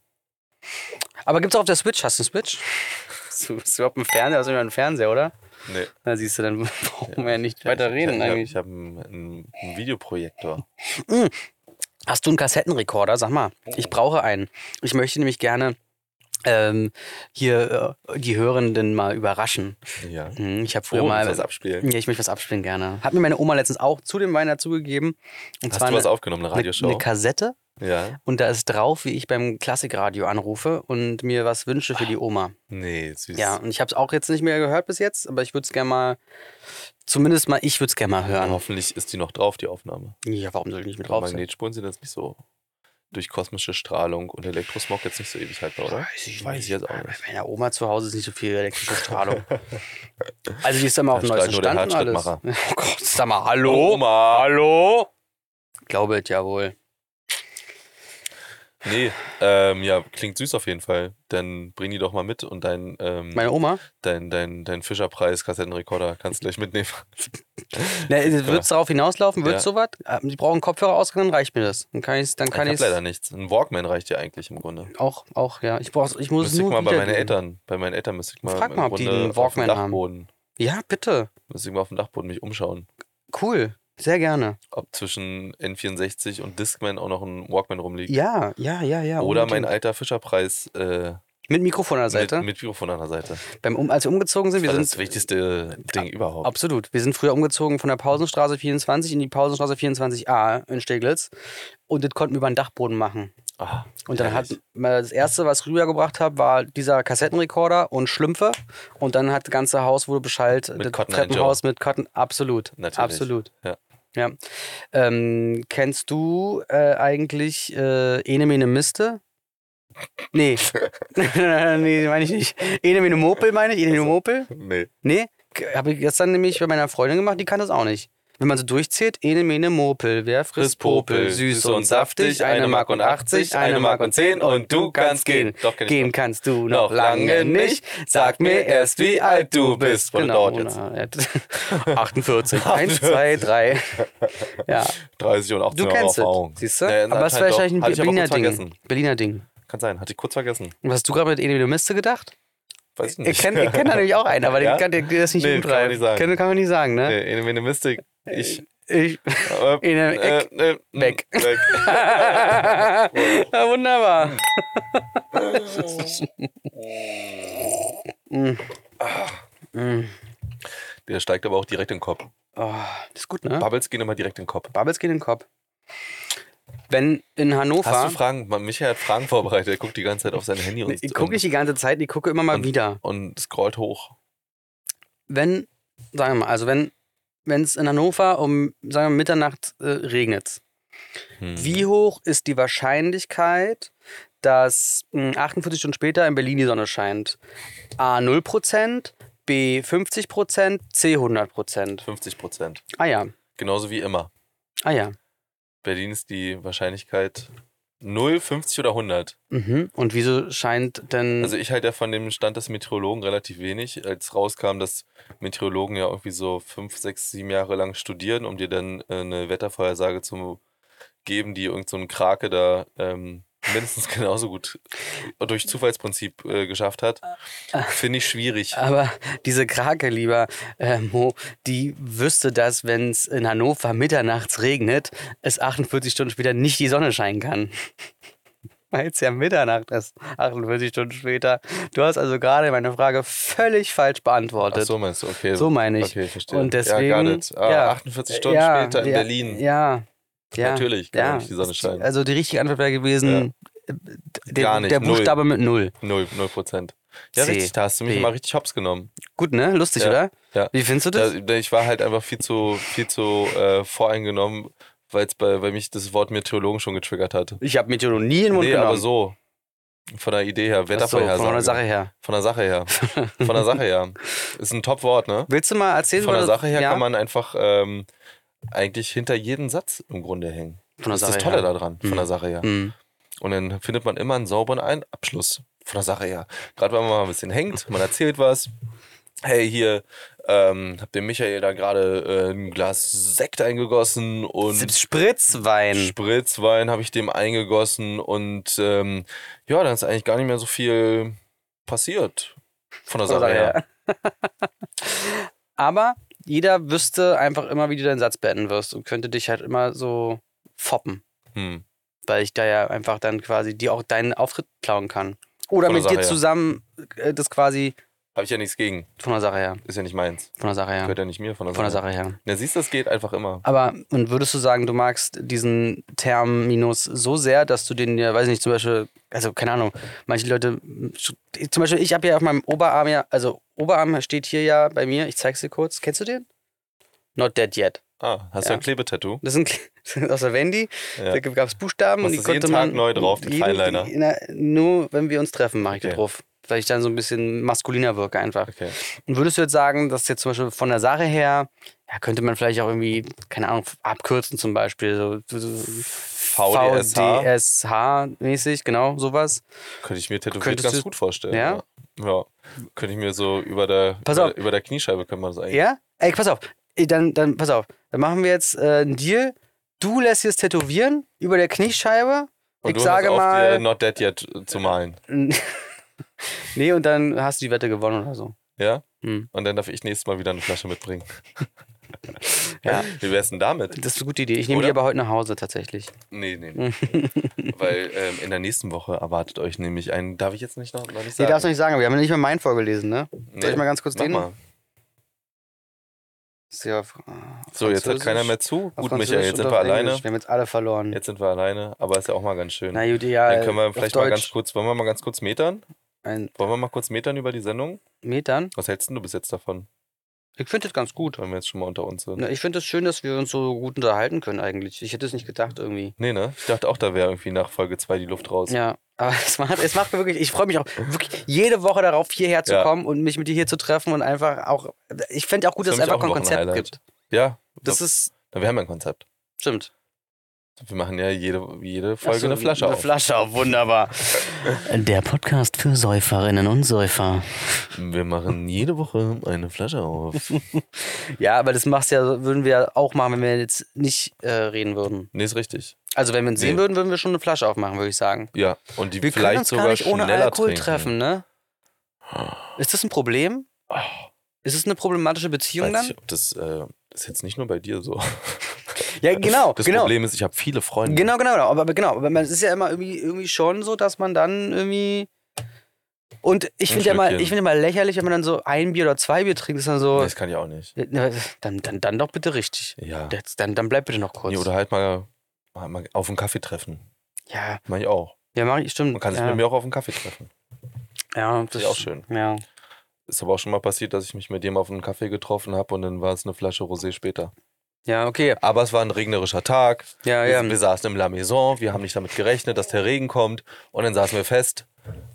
[SPEAKER 2] Aber gibt's auch auf der Switch? Hast du eine Switch? Hast du, hast du überhaupt einen Fernseher? Hast du einen Fernseher, oder?
[SPEAKER 1] Nee.
[SPEAKER 2] Na siehst du, dann brauchen
[SPEAKER 1] Ja.
[SPEAKER 2] wir ja nicht weiter reden eigentlich.
[SPEAKER 1] Ich habe einen, einen, einen Videoprojektor.
[SPEAKER 2] Hast du einen Kassettenrekorder? Sag mal,
[SPEAKER 1] Oh.
[SPEAKER 2] ich brauche einen. Ich möchte nämlich gerne ähm, hier äh, die Hörenden mal überraschen.
[SPEAKER 1] Ja.
[SPEAKER 2] Hm, ich habe früher
[SPEAKER 1] Oh,
[SPEAKER 2] mal.
[SPEAKER 1] mal was abspielen.
[SPEAKER 2] ja, ich möchte was abspielen gerne. Hat mir meine Oma letztens auch zu dem Wein dazugegeben. Und
[SPEAKER 1] Hast
[SPEAKER 2] zwar
[SPEAKER 1] du was
[SPEAKER 2] eine,
[SPEAKER 1] aufgenommen, eine
[SPEAKER 2] eine,
[SPEAKER 1] Radioshow?
[SPEAKER 2] eine Kassette
[SPEAKER 1] ja.
[SPEAKER 2] und da ist drauf, wie ich beim Klassikradio anrufe und mir was wünsche für die
[SPEAKER 1] Ah,
[SPEAKER 2] Oma.
[SPEAKER 1] Nee, süß.
[SPEAKER 2] Ja, und ich habe es auch jetzt nicht mehr gehört bis jetzt, aber ich würde es gerne mal, zumindest mal, ich würde es gerne mal
[SPEAKER 1] Aber
[SPEAKER 2] hören.
[SPEAKER 1] Hoffentlich ist die noch drauf, die Aufnahme.
[SPEAKER 2] Ja, warum soll ich nicht mit
[SPEAKER 1] Bei
[SPEAKER 2] drauf sein?
[SPEAKER 1] Magnetspuren sind das nicht so durch kosmische Strahlung und Elektrosmog jetzt nicht so ewig haltbar, oder? Weiß ich jetzt auch
[SPEAKER 2] Bei
[SPEAKER 1] nicht.
[SPEAKER 2] meiner Oma zu Hause ist nicht so viel elektrische Strahlung. also die ist immer auf dem
[SPEAKER 1] Da strahlt nur
[SPEAKER 2] neuesten
[SPEAKER 1] der
[SPEAKER 2] Stand und alles. Oh
[SPEAKER 1] Herzschrittmacher.
[SPEAKER 2] Gott, sag mal,
[SPEAKER 1] Oh,
[SPEAKER 2] hallo?
[SPEAKER 1] Oma. Hm.
[SPEAKER 2] Hallo? Glaube es ja wohl.
[SPEAKER 1] Nee, ähm, ja, klingt süß auf jeden Fall. Dann bring die doch mal mit und dein, ähm,
[SPEAKER 2] Meine Oma?
[SPEAKER 1] dein, dein, dein Fischerpreis-Kassettenrekorder kannst du gleich mitnehmen.
[SPEAKER 2] Ne, wird es darauf hinauslaufen? Wird es
[SPEAKER 1] äh, Ja.
[SPEAKER 2] sowas? Ähm, Die brauchen Kopfhörer ausgegangen, reicht mir das. Dann kann ich dann kann
[SPEAKER 1] ich
[SPEAKER 2] ich's
[SPEAKER 1] hab leider nichts. Ein Walkman reicht dir eigentlich im Grunde.
[SPEAKER 2] auch, auch, ja. Ich, brauch's, ich muss es
[SPEAKER 1] Müsste ich
[SPEAKER 2] nur
[SPEAKER 1] mal bei meinen
[SPEAKER 2] wiedergeben.
[SPEAKER 1] Eltern, bei meinen Eltern müsste ich mal
[SPEAKER 2] Frag
[SPEAKER 1] im
[SPEAKER 2] mal, ob die
[SPEAKER 1] Grunde
[SPEAKER 2] einen
[SPEAKER 1] auf dem
[SPEAKER 2] Walkman haben.
[SPEAKER 1] Dachboden,
[SPEAKER 2] Ja, bitte.
[SPEAKER 1] müsste ich mal auf dem Dachboden mich umschauen,
[SPEAKER 2] Cool. Sehr gerne.
[SPEAKER 1] ob zwischen N64 und Discman auch noch ein Walkman rumliegt.
[SPEAKER 2] Ja, ja, ja, ja.
[SPEAKER 1] Oder mein
[SPEAKER 2] unbedingt.
[SPEAKER 1] alter Fischerpreis äh,
[SPEAKER 2] Mit Mikrofon an der Seite.
[SPEAKER 1] mit, mit Mikrofon an der Seite.
[SPEAKER 2] Beim, um, als wir umgezogen sind, wir
[SPEAKER 1] Das war
[SPEAKER 2] sind
[SPEAKER 1] das wichtigste Ding überhaupt.
[SPEAKER 2] Absolut. Wir sind früher umgezogen von der Pausenstraße 24 in die Pausenstraße 24a in Steglitz. Und das konnten wir über den Dachboden machen.
[SPEAKER 1] Ah,
[SPEAKER 2] Und dann hat
[SPEAKER 1] herrlich.
[SPEAKER 2] mal das erste, was ich rübergebracht habe, war dieser Kassettenrekorder und Schlümpfe. Und dann hat das ganze Haus wurde beschallt.
[SPEAKER 1] Mit
[SPEAKER 2] das
[SPEAKER 1] Cotton Eye
[SPEAKER 2] Treppenhaus mit Cotton. Absolut.
[SPEAKER 1] Natürlich.
[SPEAKER 2] Absolut.
[SPEAKER 1] Ja.
[SPEAKER 2] Ja. Ähm, kennst du äh, eigentlich äh, Ene Mene Miste? Nee. nee, meine ich nicht. Ene Mene Mopel meine ich. Ene
[SPEAKER 1] Also
[SPEAKER 2] Mene Mopel?
[SPEAKER 1] Nee.
[SPEAKER 2] Nee, habe ich gestern nämlich bei meiner Freundin gemacht, die kann das auch nicht. Wenn man so durchzählt, ene mene Mopel, wer frisst Popel, süß und saftig, eine Mark und 80, eine Mark und 10 und du kannst gehen.
[SPEAKER 1] Doch, kenn ich
[SPEAKER 2] Gehen
[SPEAKER 1] noch.
[SPEAKER 2] kannst du noch lange nicht, sag mir erst, wie alt du bist.
[SPEAKER 1] Was
[SPEAKER 2] Genau,
[SPEAKER 1] bedauert jetzt?
[SPEAKER 2] na, ja, 48, 1, 2, 3. Ja,
[SPEAKER 1] 30 und 18
[SPEAKER 2] du kennst es,
[SPEAKER 1] Erfahrung.
[SPEAKER 2] siehst du?
[SPEAKER 1] Nee,
[SPEAKER 2] Aber es ist
[SPEAKER 1] anscheinend
[SPEAKER 2] wahrscheinlich ein
[SPEAKER 1] doch. Hatte ich aber
[SPEAKER 2] Berliner
[SPEAKER 1] kurz
[SPEAKER 2] Ding.
[SPEAKER 1] vergessen.
[SPEAKER 2] Berliner Ding.
[SPEAKER 1] Kann sein, hatte ich kurz vergessen.
[SPEAKER 2] Und Was hast du gerade mit Ene mene Miste gedacht?
[SPEAKER 1] Weiß ich
[SPEAKER 2] Ihr
[SPEAKER 1] nicht.
[SPEAKER 2] kennt, ihr kennt da nämlich auch einen, aber
[SPEAKER 1] Ja?
[SPEAKER 2] den kann der der ist nicht
[SPEAKER 1] Nee,
[SPEAKER 2] gut
[SPEAKER 1] kann man
[SPEAKER 2] rein.
[SPEAKER 1] nicht sagen.
[SPEAKER 2] Kann, kann man nicht sagen, ne?
[SPEAKER 1] Nee, in der Mystik. Ich.
[SPEAKER 2] Ich,
[SPEAKER 1] Äh,
[SPEAKER 2] in der
[SPEAKER 1] äh,
[SPEAKER 2] Eck.
[SPEAKER 1] äh,
[SPEAKER 2] Weg.
[SPEAKER 1] weg.
[SPEAKER 2] ja, wunderbar. Mm.
[SPEAKER 1] Der steigt aber auch direkt in den Kopf.
[SPEAKER 2] Oh, das ist gut, ne?
[SPEAKER 1] Bubbles gehen immer direkt in den Kopf.
[SPEAKER 2] Bubbles gehen in den Kopf. Wenn in Hannover.
[SPEAKER 1] Hast du Fragen? Man- Michael hat Fragen vorbereitet. Er guckt die ganze Zeit auf sein Handy und,
[SPEAKER 2] ich gucke nicht die ganze Zeit, ich gucke immer mal wieder.
[SPEAKER 1] und scrollt hoch.
[SPEAKER 2] Wenn, sagen wir mal, also wenn es in Hannover um, sagen wir mal, Mitternacht äh, regnet,
[SPEAKER 1] Hm.
[SPEAKER 2] wie hoch ist die Wahrscheinlichkeit, dass mh, 48 Stunden später in Berlin die Sonne scheint? A 0%, B 50%, C 100%.
[SPEAKER 1] 50 Prozent.
[SPEAKER 2] Ah ja,
[SPEAKER 1] Genauso wie immer.
[SPEAKER 2] ah ja.
[SPEAKER 1] Berlin ist die Wahrscheinlichkeit 0, 50 oder 100.
[SPEAKER 2] Mhm. Und wieso scheint denn.
[SPEAKER 1] Also ich halte ja von dem Stand des Meteorologen relativ wenig. Als rauskam, dass Meteorologen ja irgendwie so 5, 6, 7 Jahre lang studieren, um dir dann äh, eine Wettervorhersage zu geben, die irgend so ein Krake da ähm, mindestens genauso gut durch Zufallsprinzip äh, geschafft hat,
[SPEAKER 2] Ah.
[SPEAKER 1] finde ich schwierig.
[SPEAKER 2] aber diese Krake, lieber äh, Mo, die wüsste, dass, wenn es in Hannover mitternachts regnet, es 48 Stunden später nicht die Sonne scheinen kann. Weil es ja Mitternacht ist, 48 Stunden später. Du hast also gerade meine Frage völlig falsch
[SPEAKER 1] Ach
[SPEAKER 2] beantwortet.
[SPEAKER 1] so meinst du, okay.
[SPEAKER 2] So meine ich.
[SPEAKER 1] Okay, ich verstehe.
[SPEAKER 2] Und
[SPEAKER 1] ja, got
[SPEAKER 2] deswegen-
[SPEAKER 1] it. Ah,
[SPEAKER 2] ja.
[SPEAKER 1] 48 Stunden
[SPEAKER 2] Ja,
[SPEAKER 1] später in
[SPEAKER 2] ja,
[SPEAKER 1] Berlin.
[SPEAKER 2] Ja. ja.
[SPEAKER 1] Natürlich kann nicht die Sonne scheinen.
[SPEAKER 2] Also die richtige Antwort wäre gewesen, äh, der,
[SPEAKER 1] Gar nicht,
[SPEAKER 2] der
[SPEAKER 1] null.
[SPEAKER 2] Buchstabe mit Null.
[SPEAKER 1] Null, null Prozent. Ja,
[SPEAKER 2] C,
[SPEAKER 1] richtig, da hast du mich
[SPEAKER 2] B.
[SPEAKER 1] mal richtig hops genommen.
[SPEAKER 2] Gut, ne? Lustig,
[SPEAKER 1] Ja,
[SPEAKER 2] oder?
[SPEAKER 1] ja.
[SPEAKER 2] Wie findest du
[SPEAKER 1] Da,
[SPEAKER 2] das?
[SPEAKER 1] ich war halt einfach viel zu, viel zu äh, voreingenommen, weil's bei, weil mich das Wort Meteorologen schon getriggert hat.
[SPEAKER 2] ich habe Meteorologie nie in den Mund
[SPEAKER 1] Nee,
[SPEAKER 2] genommen.
[SPEAKER 1] aber so. Von der Idee her,
[SPEAKER 2] Ach so,
[SPEAKER 1] Wettervorhersage.
[SPEAKER 2] von einer Sache her.
[SPEAKER 1] Von der Sache her. Von der Sache her. Ist ein Top-Wort, ne?
[SPEAKER 2] Willst du mal erzählen?
[SPEAKER 1] Von der
[SPEAKER 2] was-
[SPEAKER 1] Sache her
[SPEAKER 2] ja?
[SPEAKER 1] kann man einfach ähm, eigentlich hinter jeden Satz im Grunde hängen.
[SPEAKER 2] Von der
[SPEAKER 1] Das ist das
[SPEAKER 2] Sache
[SPEAKER 1] Tolle
[SPEAKER 2] her.
[SPEAKER 1] daran, von
[SPEAKER 2] Mhm.
[SPEAKER 1] der Sache her.
[SPEAKER 2] Mhm.
[SPEAKER 1] Und dann findet man immer einen sauberen Ein Abschluss von der Sache her. Gerade wenn man mal ein bisschen hängt, man erzählt was. Hey, hier, ähm, hab dem Michael da gerade äh, ein Glas Sekt eingegossen und
[SPEAKER 2] Sips Spritzwein.
[SPEAKER 1] Spritzwein habe ich dem eingegossen und ähm, ja, dann ist eigentlich gar nicht mehr so viel passiert von der Sache
[SPEAKER 2] Oder
[SPEAKER 1] her.
[SPEAKER 2] ja. aber jeder wüsste einfach immer, wie du deinen Satz beenden wirst und könnte dich halt immer so foppen,
[SPEAKER 1] Hm.
[SPEAKER 2] weil ich da ja einfach dann quasi dir auch deinen Auftritt klauen kann. Oder
[SPEAKER 1] Von der
[SPEAKER 2] mit dir
[SPEAKER 1] Sache her.
[SPEAKER 2] zusammen äh, das quasi
[SPEAKER 1] Habe ich ja nichts gegen.
[SPEAKER 2] von der Sache her.
[SPEAKER 1] Ist ja nicht meins.
[SPEAKER 2] Von der Sache her.
[SPEAKER 1] Gehört ja nicht mir von der
[SPEAKER 2] Von der
[SPEAKER 1] Sache.
[SPEAKER 2] Sache her.
[SPEAKER 1] Na, siehst du, das geht einfach immer.
[SPEAKER 2] Aber und würdest du sagen, du magst diesen Terminus so sehr, dass du den, ja, weiß ich nicht, zum Beispiel, also keine Ahnung, manche Leute, zum Beispiel, ich habe ja auf meinem Oberarm ja, also Oberarm steht hier ja bei mir, ich zeig's dir kurz. Kennst du den? Not dead yet.
[SPEAKER 1] Ah, hast du
[SPEAKER 2] Ja.
[SPEAKER 1] ein Klebetattoo?
[SPEAKER 2] Das sind aus der Wendy,
[SPEAKER 1] Ja.
[SPEAKER 2] da gab es Buchstaben und
[SPEAKER 1] Machst
[SPEAKER 2] die
[SPEAKER 1] das jeden
[SPEAKER 2] konnte
[SPEAKER 1] Tag
[SPEAKER 2] man.
[SPEAKER 1] neu drauf, den Fineliner?
[SPEAKER 2] na, nur wenn wir uns treffen, mache ich
[SPEAKER 1] Okay.
[SPEAKER 2] das drauf. Weil ich dann so ein bisschen maskuliner wirke einfach.
[SPEAKER 1] Okay.
[SPEAKER 2] Und würdest du jetzt sagen, dass jetzt zum Beispiel von der Sache her, ja, könnte man vielleicht auch irgendwie, keine Ahnung, abkürzen zum Beispiel, so, so- so
[SPEAKER 1] VDSH
[SPEAKER 2] VDSH-mäßig, genau, sowas.
[SPEAKER 1] könnte ich mir tätowiert
[SPEAKER 2] Könntest
[SPEAKER 1] ganz
[SPEAKER 2] du-
[SPEAKER 1] gut vorstellen.
[SPEAKER 2] Ja?
[SPEAKER 1] ja. Ja. Könnte ich mir so über der,
[SPEAKER 2] Pass
[SPEAKER 1] über,
[SPEAKER 2] auf.
[SPEAKER 1] über der Kniescheibe können wir das eigentlich.
[SPEAKER 2] Ja? Ey, pass auf, Ey, dann, dann pass auf, dann machen wir jetzt äh, einen Deal. Du lässt dir das tätowieren über der Kniescheibe.
[SPEAKER 1] Und
[SPEAKER 2] ich
[SPEAKER 1] du
[SPEAKER 2] sage
[SPEAKER 1] hörst auf, dir
[SPEAKER 2] mal.
[SPEAKER 1] Not Dead Yet zu malen.
[SPEAKER 2] nee, und dann hast du die Wette gewonnen oder so.
[SPEAKER 1] Ja?
[SPEAKER 2] Hm.
[SPEAKER 1] Und dann darf ich nächstes Mal wieder eine Flasche mitbringen.
[SPEAKER 2] Ja.
[SPEAKER 1] Wie wär's denn damit?
[SPEAKER 2] Das ist eine gute Idee. Ich nehme die
[SPEAKER 1] Oder?
[SPEAKER 2] aber heute nach Hause tatsächlich.
[SPEAKER 1] Nee, nee. nee. Weil ähm, in der nächsten Woche erwartet euch nämlich ein. Darf ich jetzt nicht noch, noch nicht
[SPEAKER 2] Nee,
[SPEAKER 1] sagen?
[SPEAKER 2] darfst du nicht sagen, wir haben ja nicht mal meinen vorgelesen, ne? Soll ich mal ganz kurz
[SPEAKER 1] Mach
[SPEAKER 2] den?
[SPEAKER 1] mal.
[SPEAKER 2] Ist ja auf-
[SPEAKER 1] So, jetzt hat
[SPEAKER 2] Französisch.
[SPEAKER 1] keiner mehr zu.
[SPEAKER 2] Auf
[SPEAKER 1] Gut,
[SPEAKER 2] Französisch
[SPEAKER 1] Michael, jetzt sind
[SPEAKER 2] und
[SPEAKER 1] wir
[SPEAKER 2] auf
[SPEAKER 1] alleine.
[SPEAKER 2] Englisch. Wir haben jetzt alle verloren.
[SPEAKER 1] Jetzt sind wir alleine, aber ist ja auch mal ganz schön.
[SPEAKER 2] Na gut, ja.
[SPEAKER 1] Dann können wir
[SPEAKER 2] auf
[SPEAKER 1] vielleicht mal
[SPEAKER 2] Deutsch
[SPEAKER 1] ganz kurz, wollen wir mal ganz kurz metern?
[SPEAKER 2] Ein
[SPEAKER 1] Wollen wir mal kurz metern über die Sendung?
[SPEAKER 2] Metern.
[SPEAKER 1] Was hältst denn du bis jetzt davon,
[SPEAKER 2] Ich finde das ganz gut.
[SPEAKER 1] wenn wir jetzt schon mal unter uns sind?
[SPEAKER 2] Na, ich finde es das schön, dass wir uns so gut unterhalten können eigentlich. Ich hätte es nicht gedacht irgendwie.
[SPEAKER 1] Nee, ne? Ich dachte auch, da wäre irgendwie nach Folge 2 die Luft raus.
[SPEAKER 2] Ja, aber es macht, es macht mir wirklich, ich freue mich auch wirklich jede Woche darauf, hierher zu
[SPEAKER 1] Ja.
[SPEAKER 2] kommen und mich mit dir hier zu treffen und einfach auch, ich fände auch gut,
[SPEAKER 1] Das
[SPEAKER 2] dass
[SPEAKER 1] ist
[SPEAKER 2] es
[SPEAKER 1] nämlich
[SPEAKER 2] einfach
[SPEAKER 1] auch
[SPEAKER 2] ein
[SPEAKER 1] noch ein
[SPEAKER 2] Konzept
[SPEAKER 1] Highlight.
[SPEAKER 2] gibt.
[SPEAKER 1] Ja,
[SPEAKER 2] Das ist,
[SPEAKER 1] na, wir haben ja ein Konzept. Also,
[SPEAKER 2] stimmt.
[SPEAKER 1] Wir machen ja jede, jede Folge
[SPEAKER 2] Ach so,
[SPEAKER 1] eine Flasche
[SPEAKER 2] Eine
[SPEAKER 1] auf.
[SPEAKER 2] Flasche auf, wunderbar. Der Podcast für Säuferinnen und Säufer.
[SPEAKER 1] wir machen jede Woche eine Flasche auf.
[SPEAKER 2] Ja, aber das machst ja, würden wir auch machen, wenn wir jetzt nicht äh, reden würden.
[SPEAKER 1] nee, ist richtig.
[SPEAKER 2] Also wenn wir uns sehen
[SPEAKER 1] Nee.
[SPEAKER 2] würden, würden wir schon eine Flasche aufmachen, würde ich sagen.
[SPEAKER 1] Ja, und die
[SPEAKER 2] Wir können
[SPEAKER 1] vielleicht
[SPEAKER 2] uns
[SPEAKER 1] sogar
[SPEAKER 2] gar nicht ohne
[SPEAKER 1] schneller
[SPEAKER 2] Alkohol
[SPEAKER 1] trinken.
[SPEAKER 2] treffen, ne? Ist das ein Problem? Ist es eine problematische Beziehung
[SPEAKER 1] Weiß
[SPEAKER 2] dann?
[SPEAKER 1] ich, ob das, äh, das ist jetzt nicht nur bei dir so.
[SPEAKER 2] Ja, genau,
[SPEAKER 1] Das
[SPEAKER 2] genau.
[SPEAKER 1] Problem ist, ich habe viele Freunde.
[SPEAKER 2] Genau, genau, genau. Aber, aber genau, aber man- es ist ja immer irgendwie, irgendwie schon so, dass man dann irgendwie. Und ich
[SPEAKER 1] Ein
[SPEAKER 2] finde ja mal,
[SPEAKER 1] Schlückchen.
[SPEAKER 2] ich finde ja mal lächerlich, wenn man dann so ein Bier oder zwei Bier trinkt, ist dann
[SPEAKER 1] Nee,
[SPEAKER 2] so.
[SPEAKER 1] Das kann ich auch nicht.
[SPEAKER 2] Na, Dann, dann, dann doch bitte richtig.
[SPEAKER 1] Ja.
[SPEAKER 2] Das- Dann, dann bleib bitte noch kurz.
[SPEAKER 1] Nee, oder halt mal, mal mal auf einen Kaffee treffen.
[SPEAKER 2] ja,
[SPEAKER 1] Mach ich auch.
[SPEAKER 2] ja, mach ich, stimmt.
[SPEAKER 1] Man kann sich
[SPEAKER 2] ja,
[SPEAKER 1] mit mir auch auf einen Kaffee treffen.
[SPEAKER 2] ja, das
[SPEAKER 1] Ist ja auch schön.
[SPEAKER 2] Ja.
[SPEAKER 1] Ist aber auch schon mal passiert, dass ich mich mit jemandem auf einen Kaffee getroffen habe und dann war es eine Flasche Rosé später.
[SPEAKER 2] ja, okay.
[SPEAKER 1] Aber es war ein regnerischer Tag.
[SPEAKER 2] Ja,
[SPEAKER 1] wir,
[SPEAKER 2] Ah, ja.
[SPEAKER 1] wir saßen im La Maison, wir haben nicht damit gerechnet, dass der Regen kommt. Und dann saßen wir fest,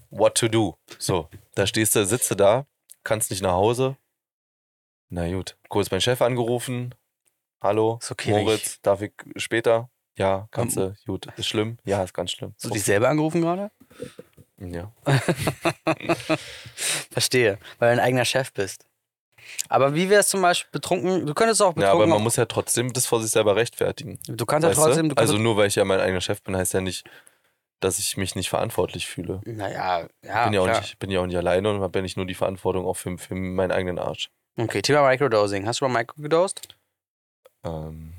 [SPEAKER 1] what to do. So, da stehst du, sitze da, kannst nicht nach Hause. Na gut, kurz meinen Chef angerufen. Hallo,
[SPEAKER 2] Ist okay, Hm. wenn
[SPEAKER 1] Moritz, darf ich später? Ja, kannst du. Gut. Ist schlimm? Ja, ist ganz schlimm.
[SPEAKER 2] Hast du dich selber angerufen gerade?
[SPEAKER 1] Ja.
[SPEAKER 2] Verstehe, weil du ein eigener Chef bist. Aber wie wär's zum Beispiel betrunken? Du könntest auch
[SPEAKER 1] ja,
[SPEAKER 2] betrunken.
[SPEAKER 1] aber man
[SPEAKER 2] auch-
[SPEAKER 1] muss ja trotzdem das vor sich selber rechtfertigen.
[SPEAKER 2] du kannst ja
[SPEAKER 1] weißt du?
[SPEAKER 2] trotzdem. Du kannst
[SPEAKER 1] also nur weil ich ja mein eigener Chef bin, heißt ja nicht, dass ich mich nicht verantwortlich fühle.
[SPEAKER 2] naja, ja.
[SPEAKER 1] bin, ja auch
[SPEAKER 2] Ah, klar.
[SPEAKER 1] nicht, bin ja auch nicht alleine und habe ja nicht nur die Verantwortung auch für, für meinen eigenen Arsch.
[SPEAKER 2] Okay, Thema Microdosing. Hast du mal microdosed?
[SPEAKER 1] Ähm,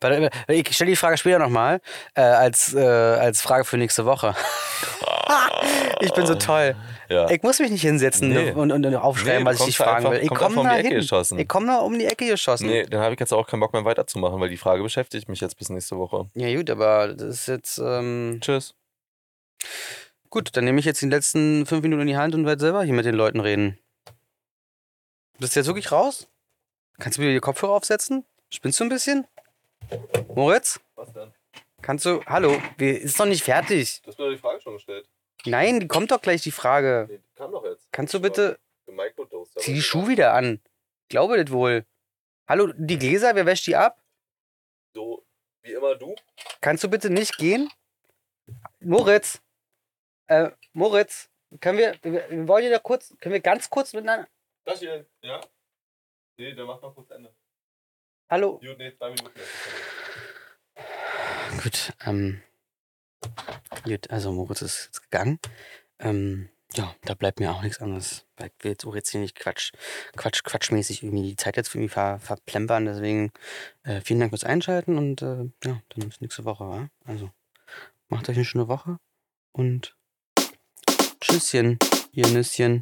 [SPEAKER 2] Warte, äh, Ich stelle die Frage später nochmal äh, als, äh, als Frage für nächste Woche. ich bin so toll.
[SPEAKER 1] ja.
[SPEAKER 2] Ich muss mich nicht hinsetzen
[SPEAKER 1] Nee.
[SPEAKER 2] und, und, und aufschreiben,
[SPEAKER 1] Nee,
[SPEAKER 2] was ich
[SPEAKER 1] kommt
[SPEAKER 2] dich
[SPEAKER 1] da
[SPEAKER 2] fragen
[SPEAKER 1] einfach-
[SPEAKER 2] will. Ich
[SPEAKER 1] kommt einfach
[SPEAKER 2] komme
[SPEAKER 1] um
[SPEAKER 2] da
[SPEAKER 1] die Ecke
[SPEAKER 2] hin.
[SPEAKER 1] geschossen.
[SPEAKER 2] Ich komme da um die Ecke geschossen.
[SPEAKER 1] Nee, dann habe ich jetzt auch keinen Bock mehr weiterzumachen, weil die Frage beschäftigt mich jetzt bis nächste Woche.
[SPEAKER 2] Ja gut, aber das ist jetzt... Ähm,
[SPEAKER 1] Tschüss.
[SPEAKER 2] gut, dann nehme ich jetzt die letzten fünf Minuten in die Hand und werde selber hier mit den Leuten reden. Bist du jetzt wirklich raus? Kannst du mir die Kopfhörer aufsetzen? Spinnst du ein bisschen? Moritz?
[SPEAKER 1] Was denn?
[SPEAKER 2] Kannst du. Hallo, wir, ist noch nicht fertig.
[SPEAKER 1] Du hast mir doch die Frage schon gestellt.
[SPEAKER 2] Nein, die kommt doch gleich die Frage.
[SPEAKER 1] Nee, kam doch jetzt.
[SPEAKER 2] Kannst du bitte.
[SPEAKER 1] Gemicrodosed.
[SPEAKER 2] Zieh die Schuhe wieder an. Glaube das wohl. Hallo, die Gläser, wer wäscht die ab?
[SPEAKER 1] So, wie immer du.
[SPEAKER 2] Kannst du bitte nicht gehen? Moritz. Äh, Moritz, können wir. Wir, wir wollen ja da kurz. Können wir ganz kurz miteinander.
[SPEAKER 1] Das hier. Ja? Nee, der macht noch kurz Ende.
[SPEAKER 2] Hallo.
[SPEAKER 1] Gut, nee, zwei Minuten.
[SPEAKER 2] Gut, ähm. Gut, also Moritz ist jetzt gegangen. Ähm, ja, da bleibt mir auch nichts anderes. Weil ich will jetzt auch jetzt hier nicht Quatsch, Quatsch, Quatschmäßig irgendwie die Zeit jetzt für mich ver, verplempern. Deswegen äh, vielen Dank fürs Einschalten und äh, ja, dann bis nächste Woche, wa? Also, macht euch eine schöne Woche und Tschüsschen, ihr Nüsschen.